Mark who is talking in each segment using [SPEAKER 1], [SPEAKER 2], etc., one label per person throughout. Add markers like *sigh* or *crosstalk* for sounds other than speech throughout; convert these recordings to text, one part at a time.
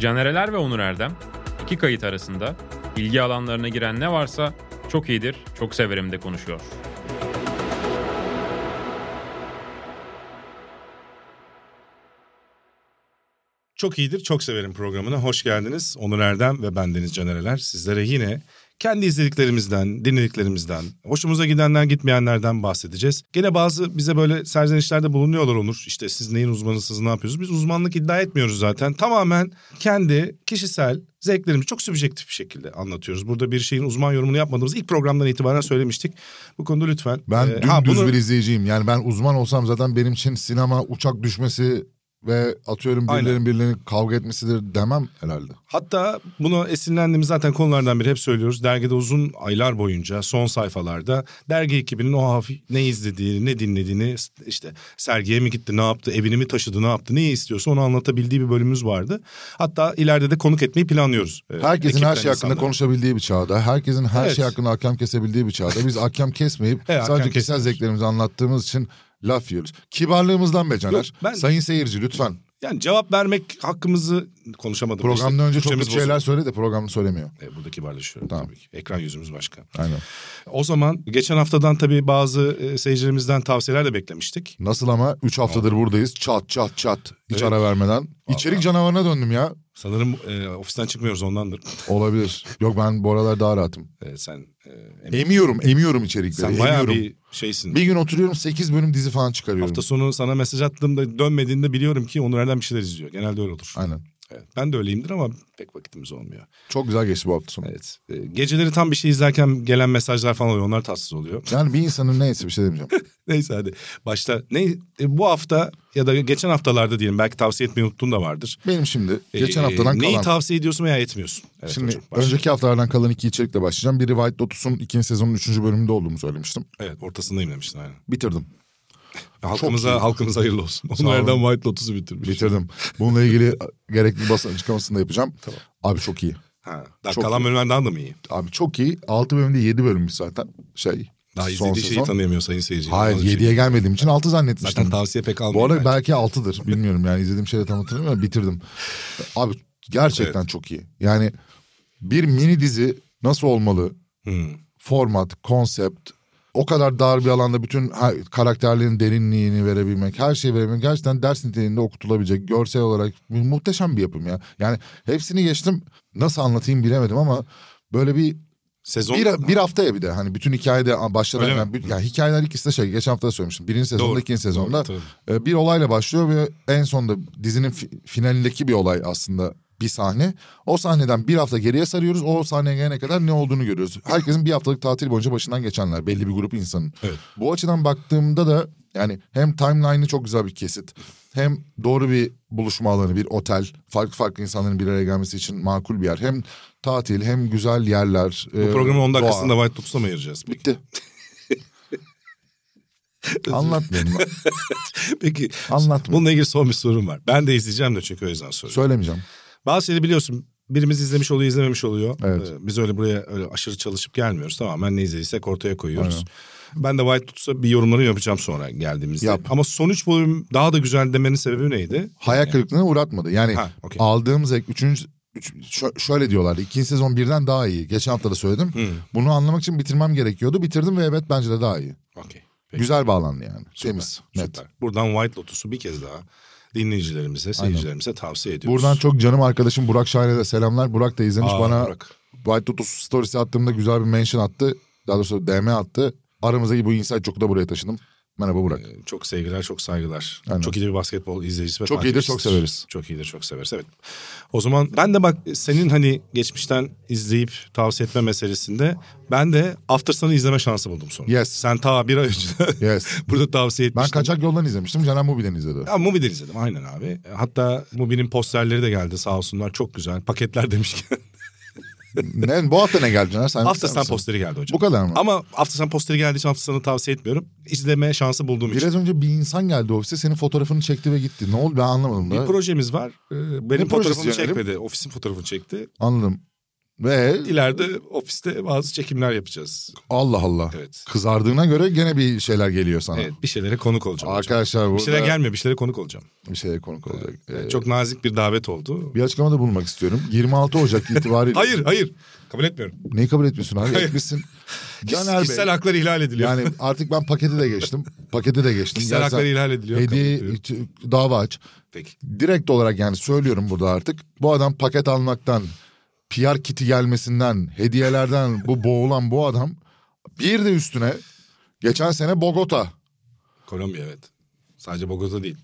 [SPEAKER 1] Canereler ve Onur Erdem iki kayıt arasında ilgi alanlarına giren ne varsa çok iyidir, çok severim de konuşuyor.
[SPEAKER 2] Çok iyidir, çok severim programına. Hoş geldiniz. Onur Erdem ve ben Deniz Canereler. Sizlere yine kendi izlediklerimizden, dinlediklerimizden, hoşumuza gidenden, gitmeyenlerden bahsedeceğiz. Gene bazı bize böyle serzenişlerde bulunuyorlar Onur. İşte siz neyin uzmanısınız, ne yapıyorsunuz? Biz uzmanlık iddia etmiyoruz zaten. Tamamen kendi kişisel zevklerimizi çok sübjektif bir şekilde anlatıyoruz. Burada bir şeyin uzman yorumunu yapmadığımız ilk programdan itibaren söylemiştik. Bu konuda lütfen.
[SPEAKER 3] Ben
[SPEAKER 2] e,
[SPEAKER 3] dümdüz
[SPEAKER 2] ha, bunu-
[SPEAKER 3] bir izleyiciyim. Yani ben uzman olsam zaten benim için sinema, uçak düşmesi ve atıyorum
[SPEAKER 2] Aynen.
[SPEAKER 3] birilerinin birilerinin kavga etmesidir demem herhalde.
[SPEAKER 2] Hatta bunu esinlendiğimiz zaten konulardan biri hep söylüyoruz. Dergide uzun aylar boyunca son sayfalarda dergi ekibinin o hafif ne izlediğini, ne dinlediğini işte sergiye mi gitti, ne yaptı, evini mi taşıdı, ne yaptı, neyi istiyorsa onu anlatabildiği bir bölümümüz vardı. Hatta ileride de konuk etmeyi planlıyoruz. Ee,
[SPEAKER 3] Herkesin
[SPEAKER 2] ekipten
[SPEAKER 3] her şey hakkında
[SPEAKER 2] insanları.
[SPEAKER 3] konuşabildiği bir çağda, herkesin her
[SPEAKER 2] Evet.
[SPEAKER 3] şey hakkında hakem kesebildiği bir çağda biz hakem kesmeyip
[SPEAKER 2] *laughs* Evet, hakem
[SPEAKER 3] sadece kişisel
[SPEAKER 2] kesmiyoruz.
[SPEAKER 3] zevklerimizi anlattığımız için laf yiyoruz. Kibarlığımızdan be Caner.
[SPEAKER 2] Yok, ben-
[SPEAKER 3] Sayın seyirci lütfen
[SPEAKER 2] Yani cevap vermek hakkımızı konuşamadık.
[SPEAKER 3] programdan önce çok
[SPEAKER 2] Türkçemiz
[SPEAKER 3] kötü şeyler söyle de programda söylemiyor.
[SPEAKER 2] bozuldu. E, burada kibarlaşıyorum
[SPEAKER 3] Tamam.
[SPEAKER 2] tabii ki. Ekran yüzümüz başka.
[SPEAKER 3] Aynen.
[SPEAKER 2] O zaman geçen haftadan tabii bazı e, seyircilerimizden tavsiyeler de beklemiştik.
[SPEAKER 3] Nasıl ama 3 haftadır buradayız çat çat çat hiç
[SPEAKER 2] Evet.
[SPEAKER 3] ara vermeden. İçerik canavarına döndüm ya.
[SPEAKER 2] Sanırım e, ofisten çıkmıyoruz ondandır.
[SPEAKER 3] Olabilir. Yok ben bu aralar daha rahatım.
[SPEAKER 2] E, sen e, em-
[SPEAKER 3] Emiyorum, emiyorum içerikleri.
[SPEAKER 2] sen bayağı
[SPEAKER 3] emiyorum.
[SPEAKER 2] bir şeysin.
[SPEAKER 3] Bir gün oturuyorum 8 bölüm dizi falan çıkarıyorum.
[SPEAKER 2] Hafta sonu sana mesaj attığımda dönmediğinde biliyorum ki Onur Erdem bir şeyler izliyor. Genelde öyle olur.
[SPEAKER 3] Aynen.
[SPEAKER 2] Evet, ben de öyleyimdir ama pek vakitimiz olmuyor.
[SPEAKER 3] Çok güzel geçti bu hafta sonu.
[SPEAKER 2] Evet. e, geceleri tam bir şey izlerken gelen mesajlar falan oluyor. Onlar tatsız oluyor. *laughs*
[SPEAKER 3] Yani bir insanın neyse bir şey demeyeceğim.
[SPEAKER 2] Neyse hadi. Başta ne e, bu hafta ya da geçen haftalarda diyelim belki tavsiye etmeyi unuttuğum da vardır. *laughs*
[SPEAKER 3] Benim şimdi geçen
[SPEAKER 2] E,
[SPEAKER 3] haftadan
[SPEAKER 2] Neyi
[SPEAKER 3] kalan.
[SPEAKER 2] tavsiye ediyorsun veya etmiyorsun? Evet,
[SPEAKER 3] şimdi
[SPEAKER 2] hocam, başla.
[SPEAKER 3] önceki haftalardan kalan iki içerikle başlayacağım. Biri White Lotus'un ikinci sezonun üçüncü bölümünde olduğumu söylemiştim.
[SPEAKER 2] Evet ortasındayım demiştin aynen.
[SPEAKER 3] Bitirdim.
[SPEAKER 2] Halkımıza, halkımıza hayırlı olsun.
[SPEAKER 3] olun.
[SPEAKER 2] Onur Erdem White Lotus'u bitirmiş.
[SPEAKER 3] Bitirdim. Bununla ilgili *laughs* gerekli basın açıklamasını da yapacağım. Abi çok iyi.
[SPEAKER 2] Ha, daha
[SPEAKER 3] Çok
[SPEAKER 2] kalan bölümlerden de mı iyi?
[SPEAKER 3] Abi çok iyi. 6 bölümde 7 bölümmüş zaten. Şey.
[SPEAKER 2] Daha
[SPEAKER 3] son
[SPEAKER 2] izlediği şeyi
[SPEAKER 3] sezon.
[SPEAKER 2] tanıyamıyor sayın seyirci.
[SPEAKER 3] Hayır
[SPEAKER 2] Onun için.
[SPEAKER 3] 7'ye gelmediğim için 6 zannetmiştim.
[SPEAKER 2] Zaten tavsiye pek
[SPEAKER 3] Bu
[SPEAKER 2] almıyor.
[SPEAKER 3] arada belki 6'dır bilmiyorum yani izlediğim şeyle tam hatırlamıyorum ama bitirdim. Abi gerçekten çok iyi. Yani bir mini dizi nasıl olmalı?
[SPEAKER 2] Hmm.
[SPEAKER 3] Format, konsept, o kadar dar bir alanda bütün her- karakterlerin derinliğini verebilmek, her şeyi verebilmek gerçekten ders niteliğinde okutulabilecek görsel olarak mu- muhteşem bir yapım ya. Yani hepsini geçtim nasıl anlatayım bilemedim ama böyle bir
[SPEAKER 2] Sezon
[SPEAKER 3] bir, bir haftaya bir de hani bütün hikayede başladan
[SPEAKER 2] Öyle mi?
[SPEAKER 3] yani, bir- yani hikayeler ikisi de şey geçen hafta da söylemiştim. Birinci sezonda
[SPEAKER 2] Doğru.
[SPEAKER 3] ikinci sezonda
[SPEAKER 2] Doğru,
[SPEAKER 3] e, bir olayla başlıyor ve en sonunda dizinin fi- finalindeki bir olay aslında bir sahne. O sahneden bir hafta geriye sarıyoruz. O sahneye gelene kadar ne olduğunu görüyoruz. Herkesin bir haftalık tatil boyunca başından geçenler. Belli bir grup insanın.
[SPEAKER 2] Evet.
[SPEAKER 3] Bu açıdan baktığımda da yani hem timeline'ı çok güzel bir kesit. Hem doğru bir buluşma alanı, bir otel. Farklı farklı insanların bir araya gelmesi için makul bir yer. Hem tatil hem güzel yerler. e,
[SPEAKER 2] Bu programın 10 dakikasında
[SPEAKER 3] var.
[SPEAKER 2] White Lotus'a mı
[SPEAKER 3] *laughs*
[SPEAKER 2] ayıracağız? Peki.
[SPEAKER 3] Bitti. Anlatmıyorum.
[SPEAKER 2] Peki. *laughs*
[SPEAKER 3] Anlatmıyorum.
[SPEAKER 2] Bununla ilgili son bir sorum var. Ben de izleyeceğim de çünkü o yüzden soruyorum.
[SPEAKER 3] Söylemeyeceğim.
[SPEAKER 2] Bazı şeyleri biliyorsun birimiz izlemiş oluyor izlememiş oluyor.
[SPEAKER 3] Evet.
[SPEAKER 2] Ee, biz öyle buraya öyle aşırı çalışıp gelmiyoruz. Tamamen ne izlediysek ortaya koyuyoruz. Ben de White Lotus'a bir yorumları yapacağım sonra geldiğimizde.
[SPEAKER 3] Yap.
[SPEAKER 2] Ama son üç bölüm daha da güzel demenin sebebi neydi?
[SPEAKER 3] Hayal kırıklığına uğratmadı. Yani
[SPEAKER 2] Ha, okey.
[SPEAKER 3] aldığım zevk üçüncü üç- şö- şöyle diyorlardı. İkinci sezon birden daha iyi. Geçen hafta da söyledim.
[SPEAKER 2] Hmm.
[SPEAKER 3] Bunu anlamak için bitirmem gerekiyordu. Bitirdim ve evet bence de daha iyi.
[SPEAKER 2] Okey.
[SPEAKER 3] Güzel bağlandı yani. Temiz, net.
[SPEAKER 2] Süper. Buradan White Lotus'u bir kez daha dinleyicilerimize, seyircilerimize tavsiye ediyoruz.
[SPEAKER 3] Buradan çok canım arkadaşım Burak Şahin'e de selamlar. Burak da izlemiş
[SPEAKER 2] Aa,
[SPEAKER 3] bana.
[SPEAKER 2] Burak.
[SPEAKER 3] White Lotus storiesi attığımda güzel bir mention attı. Daha doğrusu DM attı. Aramızdaki bu insight çoku da buraya taşıdım. Merhaba Burak.
[SPEAKER 2] Çok sevgiler, çok saygılar.
[SPEAKER 3] Aynen.
[SPEAKER 2] Çok iyi bir basketbol izleyicisi ve
[SPEAKER 3] Çok iyidir,
[SPEAKER 2] takipçisidir.
[SPEAKER 3] çok severiz.
[SPEAKER 2] Çok iyidir, çok severiz. Evet. O zaman ben de bak senin hani geçmişten izleyip tavsiye etme meselesinde ben de After Sun'ı izleme şansı buldum sonra.
[SPEAKER 3] Yes.
[SPEAKER 2] Sen ta bir ay önce
[SPEAKER 3] Yes.
[SPEAKER 2] *laughs* burada tavsiye
[SPEAKER 3] Ben
[SPEAKER 2] etmiştin.
[SPEAKER 3] kaçak yoldan izlemiştim. Caner Mubi'den izledi.
[SPEAKER 2] Ya Mubi'den izledim aynen abi. Hatta Mubi'nin posterleri de geldi sağ olsunlar. Çok güzel. Paketler demişken.
[SPEAKER 3] ne, bu hafta ne geldi Caner? Sen
[SPEAKER 2] After
[SPEAKER 3] sen
[SPEAKER 2] Sun posteri geldi hocam.
[SPEAKER 3] Bu kadar mı?
[SPEAKER 2] Ama After Sun posteri geldiği için After Sun'ı tavsiye etmiyorum. İzleme şansı bulduğum için.
[SPEAKER 3] Biraz önce bir insan geldi ofise senin fotoğrafını çekti ve gitti. Ne oldu ben anlamadım da.
[SPEAKER 2] Bir projemiz var. Ee, Benim
[SPEAKER 3] projesi
[SPEAKER 2] fotoğrafımı
[SPEAKER 3] yani?
[SPEAKER 2] çekmedi. Ofisin fotoğrafını çekti.
[SPEAKER 3] Anladım. Ve
[SPEAKER 2] İleride ofiste bazı çekimler yapacağız.
[SPEAKER 3] Allah Allah.
[SPEAKER 2] Evet.
[SPEAKER 3] Kızardığına göre gene bir şeyler geliyor sana.
[SPEAKER 2] Evet bir şeylere konuk olacağım. hocam.
[SPEAKER 3] Arkadaşlar
[SPEAKER 2] Bir şeylere
[SPEAKER 3] burada
[SPEAKER 2] gelmiyor bir şeylere konuk olacağım.
[SPEAKER 3] bir şeye konuk olacak. Ee,
[SPEAKER 2] Çok nazik bir davet oldu.
[SPEAKER 3] Bir açıklamada bulunmak istiyorum.
[SPEAKER 2] *laughs*
[SPEAKER 3] 26 Ocak itibariyle...
[SPEAKER 2] Hayır hayır kabul etmiyorum.
[SPEAKER 3] Neyi kabul etmiyorsun abi?
[SPEAKER 2] Hayır.
[SPEAKER 3] Etmişsin.
[SPEAKER 2] Kişisel
[SPEAKER 3] Caner Bey.
[SPEAKER 2] haklar ihlal ediliyor.
[SPEAKER 3] Yani artık ben paketi de geçtim. Paketi de geçtim.
[SPEAKER 2] kişisel
[SPEAKER 3] Gel sen
[SPEAKER 2] haklar ihlal ediliyor.
[SPEAKER 3] Hediye
[SPEAKER 2] kabul ediyorum.
[SPEAKER 3] it- dava aç.
[SPEAKER 2] Peki.
[SPEAKER 3] Direkt olarak yani söylüyorum burada artık. Bu adam paket almaktan, PR kiti gelmesinden, hediyelerden bu boğulan bu adam. Bir de üstüne geçen sene Bogota.
[SPEAKER 2] Kolombiya evet. Sadece Bogota değil.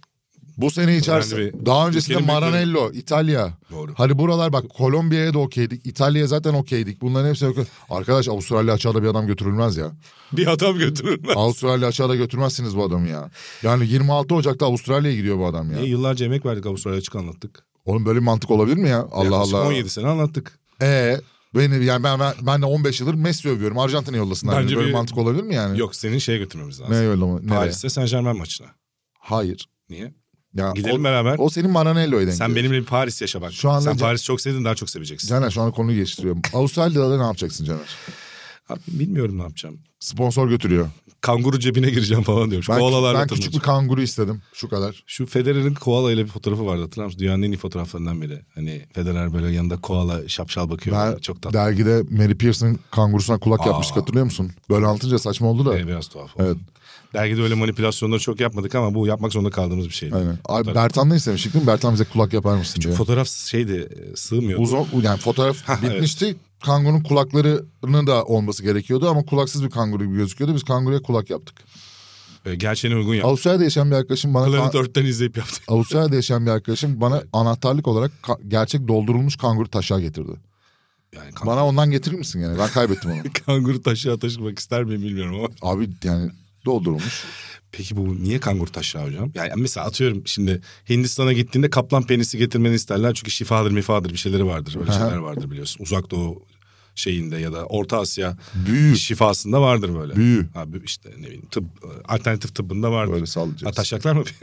[SPEAKER 3] Bu sene
[SPEAKER 2] Önemli
[SPEAKER 3] içerisinde.
[SPEAKER 2] bir-
[SPEAKER 3] Daha öncesinde
[SPEAKER 2] Ülkenin büyükleri.
[SPEAKER 3] Maranello, İtalya.
[SPEAKER 2] Doğru.
[SPEAKER 3] Hani buralar bak Kolombiya'ya da okeydik. İtalya'ya zaten okeydik. Bunların hepsi okey. Arkadaş Avustralya açığa bir adam
[SPEAKER 2] *laughs*
[SPEAKER 3] götürülmez ya.
[SPEAKER 2] Bir adam götürülmez.
[SPEAKER 3] Avustralya açığa da götürmezsiniz bu adamı ya. Yani 26 Ocak'ta Avustralya'ya gidiyor bu adam ya.
[SPEAKER 2] Niye? Yıllarca emek verdik Avustralya'ya açık anlattık.
[SPEAKER 3] Oğlum böyle bir mantık olabilir mi ya? Allah
[SPEAKER 2] Yaklaşık
[SPEAKER 3] Allah.
[SPEAKER 2] 17 sene anlattık.
[SPEAKER 3] Ee, beni yani ben, ben, ben de 15 yıldır Messi övüyorum. Arjantin'e yollasınlar.
[SPEAKER 2] Bence
[SPEAKER 3] Yani böyle
[SPEAKER 2] bir-
[SPEAKER 3] mantık olabilir mi yani?
[SPEAKER 2] Yok senin şeye götürmemiz lazım.
[SPEAKER 3] Ne yollama? Nereye?
[SPEAKER 2] Paris'te Saint Germain maçına.
[SPEAKER 3] Hayır.
[SPEAKER 2] Niye?
[SPEAKER 3] Ya
[SPEAKER 2] Gidelim
[SPEAKER 3] o,
[SPEAKER 2] beraber.
[SPEAKER 3] o senin Maranello'ya denk
[SPEAKER 2] Sen
[SPEAKER 3] geliyor.
[SPEAKER 2] benimle bir Paris yaşa bak.
[SPEAKER 3] Şu anda
[SPEAKER 2] Sen
[SPEAKER 3] Can-
[SPEAKER 2] Paris'i çok sevdin daha çok seveceksin.
[SPEAKER 3] Caner şu an konuyu geçiriyorum.
[SPEAKER 2] *laughs*
[SPEAKER 3] Avustralya'da da ne yapacaksın Caner?
[SPEAKER 2] Abi bilmiyorum ne yapacağım.
[SPEAKER 3] Sponsor götürüyor.
[SPEAKER 2] Kanguru cebine gireceğim falan diyorum. Şu
[SPEAKER 3] Ben,
[SPEAKER 2] koalalarla
[SPEAKER 3] ben küçük bir
[SPEAKER 2] takılacağım.
[SPEAKER 3] kanguru istedim. Şu kadar.
[SPEAKER 2] Şu Federer'in koala ile bir fotoğrafı vardı hatırlar mısın? Dünyanın en iyi fotoğraflarından biri. Hani Federer böyle yanında koala şapşal bakıyor.
[SPEAKER 3] Ben
[SPEAKER 2] böyle. çok tatlı.
[SPEAKER 3] dergide Mary Pierce'ın kangurusuna kulak
[SPEAKER 2] Aa.
[SPEAKER 3] yapmış hatırlıyor musun? Böyle anlatınca saçma oldu da.
[SPEAKER 2] Ee, biraz tuhaf oldu.
[SPEAKER 3] Evet.
[SPEAKER 2] Dergide öyle manipülasyonları çok yapmadık ama bu yapmak zorunda kaldığımız bir şeydi.
[SPEAKER 3] Aynen. Abi Bertan'dan istemiştik değil mi? Bertan bize kulak yapar mısın diye.
[SPEAKER 2] Fotoğraf şeydi e, sığmıyordu.
[SPEAKER 3] Uzun, yani fotoğraf bitmişti. Kangurunun kulaklarının da olması gerekiyordu ama kulaksız bir kanguru gibi gözüküyordu. Biz kanguruya kulak yaptık.
[SPEAKER 2] E, Gerçeğine uygun yaptı.
[SPEAKER 3] Avustralya'da yaşayan bir arkadaşım bana
[SPEAKER 2] Planet Earth'ten izleyip yaptı.
[SPEAKER 3] Avustralya'da yaşayan bir arkadaşım bana anahtarlık olarak ka- gerçek doldurulmuş kanguru taşağı getirdi.
[SPEAKER 2] Yani kan-
[SPEAKER 3] Bana ondan getirir misin yani? Ben
[SPEAKER 2] *laughs*
[SPEAKER 3] kaybettim onu.
[SPEAKER 2] kanguru taşağı taşımak ister miyim bilmiyorum ama.
[SPEAKER 3] Abi yani doldurulmuş.
[SPEAKER 2] Peki bu niye kanguru taşığı hocam? Yani mesela atıyorum şimdi Hindistan'a gittiğinde kaplan penisi getirmeni isterler. Çünkü şifadır mifadır bir şeyleri vardır. Öyle
[SPEAKER 3] Aha.
[SPEAKER 2] şeyler vardır biliyorsun. Uzak Doğu şeyinde ya da Orta Asya
[SPEAKER 3] Büyü.
[SPEAKER 2] şifasında vardır böyle.
[SPEAKER 3] Büyü.
[SPEAKER 2] Abi işte ne bileyim tıp, alternatif tıbbında vardır.
[SPEAKER 3] Böyle
[SPEAKER 2] Ha,
[SPEAKER 3] sallayacağız.
[SPEAKER 2] taşaklar mı? *laughs*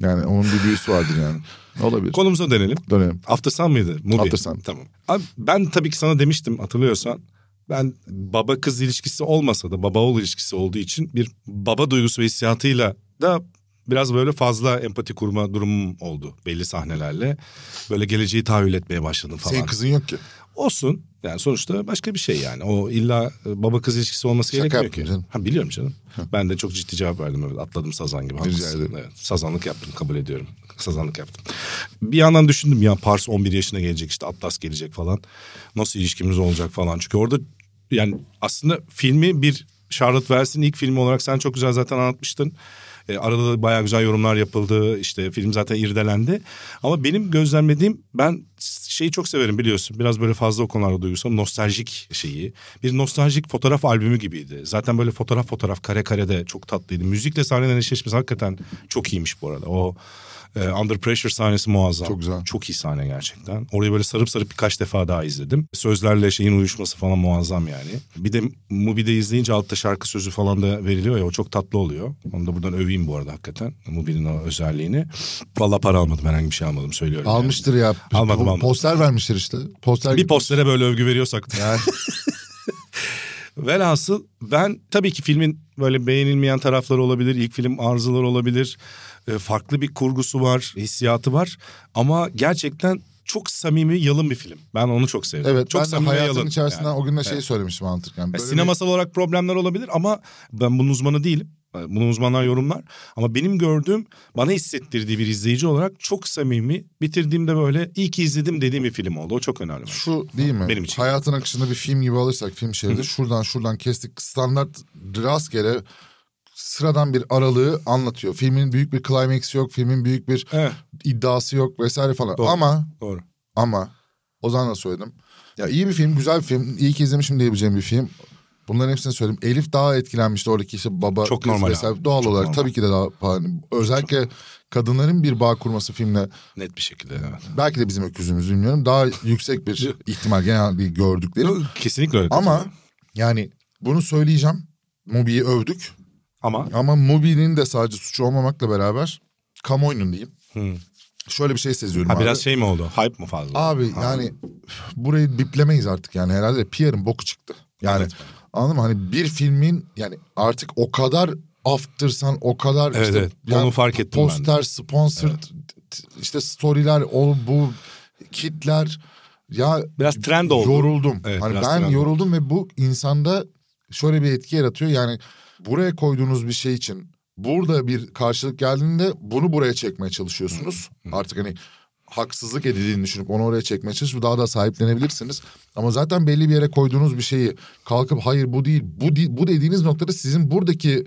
[SPEAKER 3] Yani onun bir büyüsü vardır yani. Olabilir.
[SPEAKER 2] Konumuza dönelim.
[SPEAKER 3] Dönelim.
[SPEAKER 2] After Sun mıydı? Movie.
[SPEAKER 3] After Sun.
[SPEAKER 2] Tamam. Abi ben tabii ki sana demiştim hatırlıyorsan. Ben baba kız ilişkisi olmasa da baba oğul ilişkisi olduğu için bir baba duygusu ve hissiyatıyla da biraz böyle fazla empati kurma durumum oldu belli sahnelerle. Böyle geleceği tahayyül etmeye başladım falan.
[SPEAKER 3] Senin kızın yok ki.
[SPEAKER 2] Olsun. Yani sonuçta başka bir şey yani. O illa e, baba kız ilişkisi olması
[SPEAKER 3] Şaka
[SPEAKER 2] gerekmiyor
[SPEAKER 3] yaptım
[SPEAKER 2] ki.
[SPEAKER 3] canım.
[SPEAKER 2] Ha biliyorum canım. Ben de çok ciddi cevap verdim evet. Atladım sazan gibi. Haklısın.
[SPEAKER 3] ederim.
[SPEAKER 2] Evet, sazanlık yaptım kabul ediyorum. Sazanlık yaptım. Bir yandan düşündüm ya Pars 11 yaşına gelecek işte Atlas gelecek falan. Nasıl ilişkimiz olacak falan. Çünkü orada yani aslında filmi bir Charlotte Wells'in ilk filmi olarak sen çok güzel zaten anlatmıştın. E, arada da bayağı güzel yorumlar yapıldı. İşte film zaten irdelendi. Ama benim gözlemlediğim ben şeyi çok severim biliyorsun. Biraz böyle fazla o konularda duygusal nostaljik şeyi. Bir nostaljik fotoğraf albümü gibiydi. Zaten böyle fotoğraf fotoğraf kare kare de çok tatlıydı. Müzikle sahnelerin eşleşmesi hakikaten çok iyiymiş bu arada. O e, Under Pressure sahnesi muazzam.
[SPEAKER 3] Çok güzel.
[SPEAKER 2] Çok iyi sahne gerçekten. Orayı böyle sarıp sarıp birkaç defa daha izledim. Sözlerle şeyin uyuşması falan muazzam yani. Bir de Mubi'de izleyince altta şarkı sözü falan da veriliyor ya o çok tatlı oluyor. Onu da buradan öveyim bu arada hakikaten. Mubi'nin o özelliğini. Valla para almadım herhangi bir şey almadım söylüyorum. yani.
[SPEAKER 3] Almıştır ya.
[SPEAKER 2] Almadım, almadım.
[SPEAKER 3] Poster vermiştir işte. Poster
[SPEAKER 2] Bir postere böyle övgü veriyorsak.
[SPEAKER 3] Yani
[SPEAKER 2] *laughs* Velhasıl ben tabii ki filmin böyle beğenilmeyen tarafları olabilir. ilk film arızaları olabilir. e, farklı bir kurgusu var, hissiyatı var. Ama gerçekten çok samimi, yalın bir film. Ben onu çok sevdim.
[SPEAKER 3] evet
[SPEAKER 2] çok
[SPEAKER 3] ben de hayatın
[SPEAKER 2] yalın.
[SPEAKER 3] içerisinden
[SPEAKER 2] Yani. E,
[SPEAKER 3] o gün de şey söylemiştim mantık yani.
[SPEAKER 2] Yani
[SPEAKER 3] Böyle
[SPEAKER 2] sinemasal olarak problemler olabilir ama ben bunun uzmanı değilim. Bunun uzmanlar yorumlar. Ama benim gördüğüm, bana hissettirdiği bir izleyici olarak çok samimi. Bitirdiğimde böyle iyi ki izledim dediğim bir film oldu. O çok önemli.
[SPEAKER 3] bir- şu değil mi?
[SPEAKER 2] Benim için.
[SPEAKER 3] Hayatın akışında bir film gibi alırsak film şeridi şuradan şuradan kestik standart rastgele sıradan bir aralığı anlatıyor. Filmin büyük bir climax yok, filmin büyük bir
[SPEAKER 2] Evet,
[SPEAKER 3] iddiası yok vesaire falan.
[SPEAKER 2] Doğru.
[SPEAKER 3] Ama
[SPEAKER 2] doğru.
[SPEAKER 3] ama Ozan'la söyledim. Ya iyi bir film, güzel bir film. iyi ki izlemişim diyebileceğim bir film. Bunların hepsini söyleyeyim. Elif daha etkilenmişti oradaki işte baba
[SPEAKER 2] Çok
[SPEAKER 3] kız
[SPEAKER 2] normal
[SPEAKER 3] vesaire.
[SPEAKER 2] abi,
[SPEAKER 3] Doğal
[SPEAKER 2] çok
[SPEAKER 3] olarak
[SPEAKER 2] normal.
[SPEAKER 3] tabii ki de daha hani özellikle kadınların bir bağ kurması filmle
[SPEAKER 2] Net bir şekilde evet.
[SPEAKER 3] belki de bizim öküzümüz bilmiyorum. Daha yüksek bir ihtimal genel bir gördükleri.
[SPEAKER 2] Kesinlikle öyle.
[SPEAKER 3] E, Ama yani bunu söyleyeceğim. Mubi'yi övdük.
[SPEAKER 2] ama
[SPEAKER 3] Ama Mubi'nin de sadece suçu olmamakla beraber kamuoyunun diyeyim.
[SPEAKER 2] Hı.
[SPEAKER 3] şöyle bir şey seziyorum
[SPEAKER 2] Hmm. Ha
[SPEAKER 3] abi.
[SPEAKER 2] biraz şey mi oldu? Hype mı fazla?
[SPEAKER 3] Abi
[SPEAKER 2] Ha.
[SPEAKER 3] yani üf, burayı biplemeyiz artık yani herhalde PR'ın boku çıktı. Yani
[SPEAKER 2] Evet.
[SPEAKER 3] anladın mı? Hani bir filmin yani artık o kadar aftırsan o kadar
[SPEAKER 2] Evet,
[SPEAKER 3] işte
[SPEAKER 2] evet.
[SPEAKER 3] yani
[SPEAKER 2] Onu fark ettim ben de.
[SPEAKER 3] poster, sponsor işte storyler o bu kitler ya
[SPEAKER 2] Biraz trend oldu.
[SPEAKER 3] Yoruldum.
[SPEAKER 2] Evet,
[SPEAKER 3] hani
[SPEAKER 2] biraz
[SPEAKER 3] ben
[SPEAKER 2] trend
[SPEAKER 3] yoruldum ve bu insanda şöyle bir etki yaratıyor. Yani buraya koyduğunuz bir şey için burada bir karşılık geldiğinde bunu buraya çekmeye çalışıyorsunuz. Artık hani haksızlık edildiğini düşünüp onu oraya çekmeye çalışıp daha da sahiplenebilirsiniz. Ama zaten belli bir yere koyduğunuz bir şeyi kalkıp hayır bu değil bu değil, bu dediğiniz noktada sizin buradaki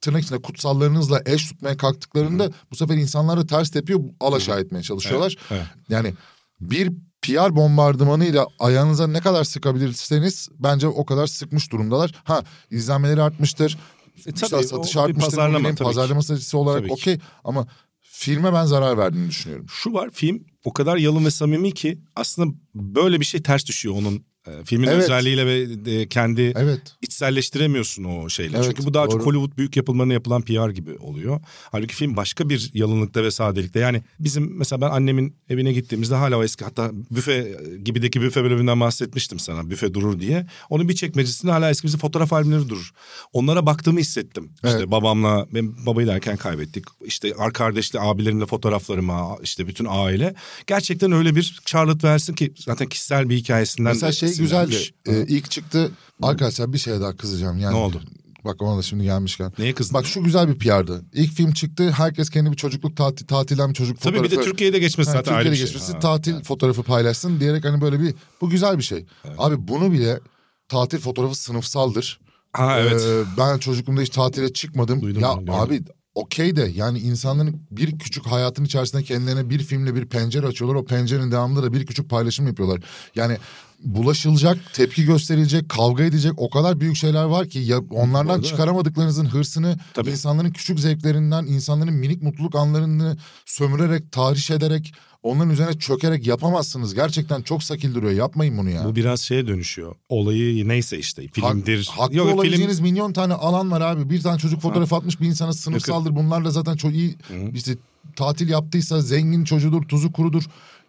[SPEAKER 3] tırnak içinde kutsallarınızla eş tutmaya kalktıklarında bu sefer insanlar da ters tepiyor alaşağı etmeye çalışıyorlar.
[SPEAKER 2] evet.
[SPEAKER 3] Yani bir PR bombardımanıyla ayağınıza ne kadar sıkabilirseniz bence o kadar sıkmış durumdalar. Ha izlenmeleri artmıştır.
[SPEAKER 2] E,
[SPEAKER 3] işte
[SPEAKER 2] tabii,
[SPEAKER 3] satış
[SPEAKER 2] o bir
[SPEAKER 3] artmıştır.
[SPEAKER 2] pazarlama,
[SPEAKER 3] Pazarlama,
[SPEAKER 2] tabii ki.
[SPEAKER 3] pazarlama stratejisi olarak
[SPEAKER 2] Tabii ki.
[SPEAKER 3] okey ama filme ben zarar verdiğini düşünüyorum.
[SPEAKER 2] Şu var film o kadar yalın ve samimi ki aslında böyle bir şey ters düşüyor onun. e, filmin
[SPEAKER 3] Evet.
[SPEAKER 2] özelliğiyle ve e, kendi
[SPEAKER 3] Evet.
[SPEAKER 2] içselleştiremiyorsun o şeyle.
[SPEAKER 3] Evet,
[SPEAKER 2] Çünkü bu daha çok
[SPEAKER 3] doğru.
[SPEAKER 2] Hollywood büyük yapımlarına yapılan PR gibi oluyor. Halbuki film başka bir yalınlıkta ve sadelikte. Yani bizim mesela ben annemin evine gittiğimizde hala o eski hatta büfe gibideki büfe bölümünden bahsetmiştim sana. Büfe durur diye. Onun bir çekmecesinde hala eski bizim fotoğraf albümleri durur. Onlara baktığımı hissettim.
[SPEAKER 3] Evet.
[SPEAKER 2] İşte babamla ben babayı da erken kaybettik. İşte ar- kardeşli abilerimle fotoğraflarıma işte bütün aile. Gerçekten öyle bir Charlotte versin ki zaten kişisel bir hikayesinden
[SPEAKER 3] Mesela
[SPEAKER 2] de
[SPEAKER 3] şey
[SPEAKER 2] esinlenmiş.
[SPEAKER 3] güzeldi. Ee, ilk çıktı. Arkadaşlar bir şeye daha kızacağım. Yani,
[SPEAKER 2] Ne oldu?
[SPEAKER 3] Bak ona da şimdi gelmişken.
[SPEAKER 2] Neye kızdın?
[SPEAKER 3] Bak şu güzel bir PR'dı. İlk film çıktı. Herkes kendi bir çocukluk tatil, tatilden bir çocuk
[SPEAKER 2] Tabii bir
[SPEAKER 3] fotoğrafı.
[SPEAKER 2] de Türkiye'de geçmesi
[SPEAKER 3] Ha,
[SPEAKER 2] zaten ayrı
[SPEAKER 3] Türkiye'de
[SPEAKER 2] bir şey.
[SPEAKER 3] geçmesi
[SPEAKER 2] Ha.
[SPEAKER 3] tatil fotoğrafı paylaşsın diyerek hani böyle bir bu güzel bir şey. Abi bunu bile tatil fotoğrafı sınıfsaldır.
[SPEAKER 2] Ha evet.
[SPEAKER 3] Ee, ben çocukluğumda hiç tatile çıkmadım.
[SPEAKER 2] Duydum
[SPEAKER 3] ya
[SPEAKER 2] onu, gördüm.
[SPEAKER 3] abi okey de yani insanların bir küçük hayatın içerisinde kendilerine bir filmle bir pencere açıyorlar. O pencerenin devamında da bir küçük paylaşım yapıyorlar. Yani bulaşılacak, tepki gösterilecek, kavga edecek o kadar büyük şeyler var ki ya onlardan
[SPEAKER 2] Doğru.
[SPEAKER 3] çıkaramadıklarınızın hırsını
[SPEAKER 2] Tabii.
[SPEAKER 3] insanların küçük zevklerinden, insanların minik mutluluk anlarını sömürerek, tahriş ederek, onların üzerine çökerek yapamazsınız. Gerçekten çok sakil duruyor. Yapmayın bunu ya.
[SPEAKER 2] Bu biraz şeye dönüşüyor. Olayı neyse işte filmdir.
[SPEAKER 3] Hak- haklı
[SPEAKER 2] Yok,
[SPEAKER 3] olabileceğiniz milyon tane alan var abi. Bir tane çocuk fotoğraf atmış bir insana sınıfsaldır. Bunlarla zaten çok iyi işte tatil yaptıysa zengin çocuğudur, tuzu kurudur.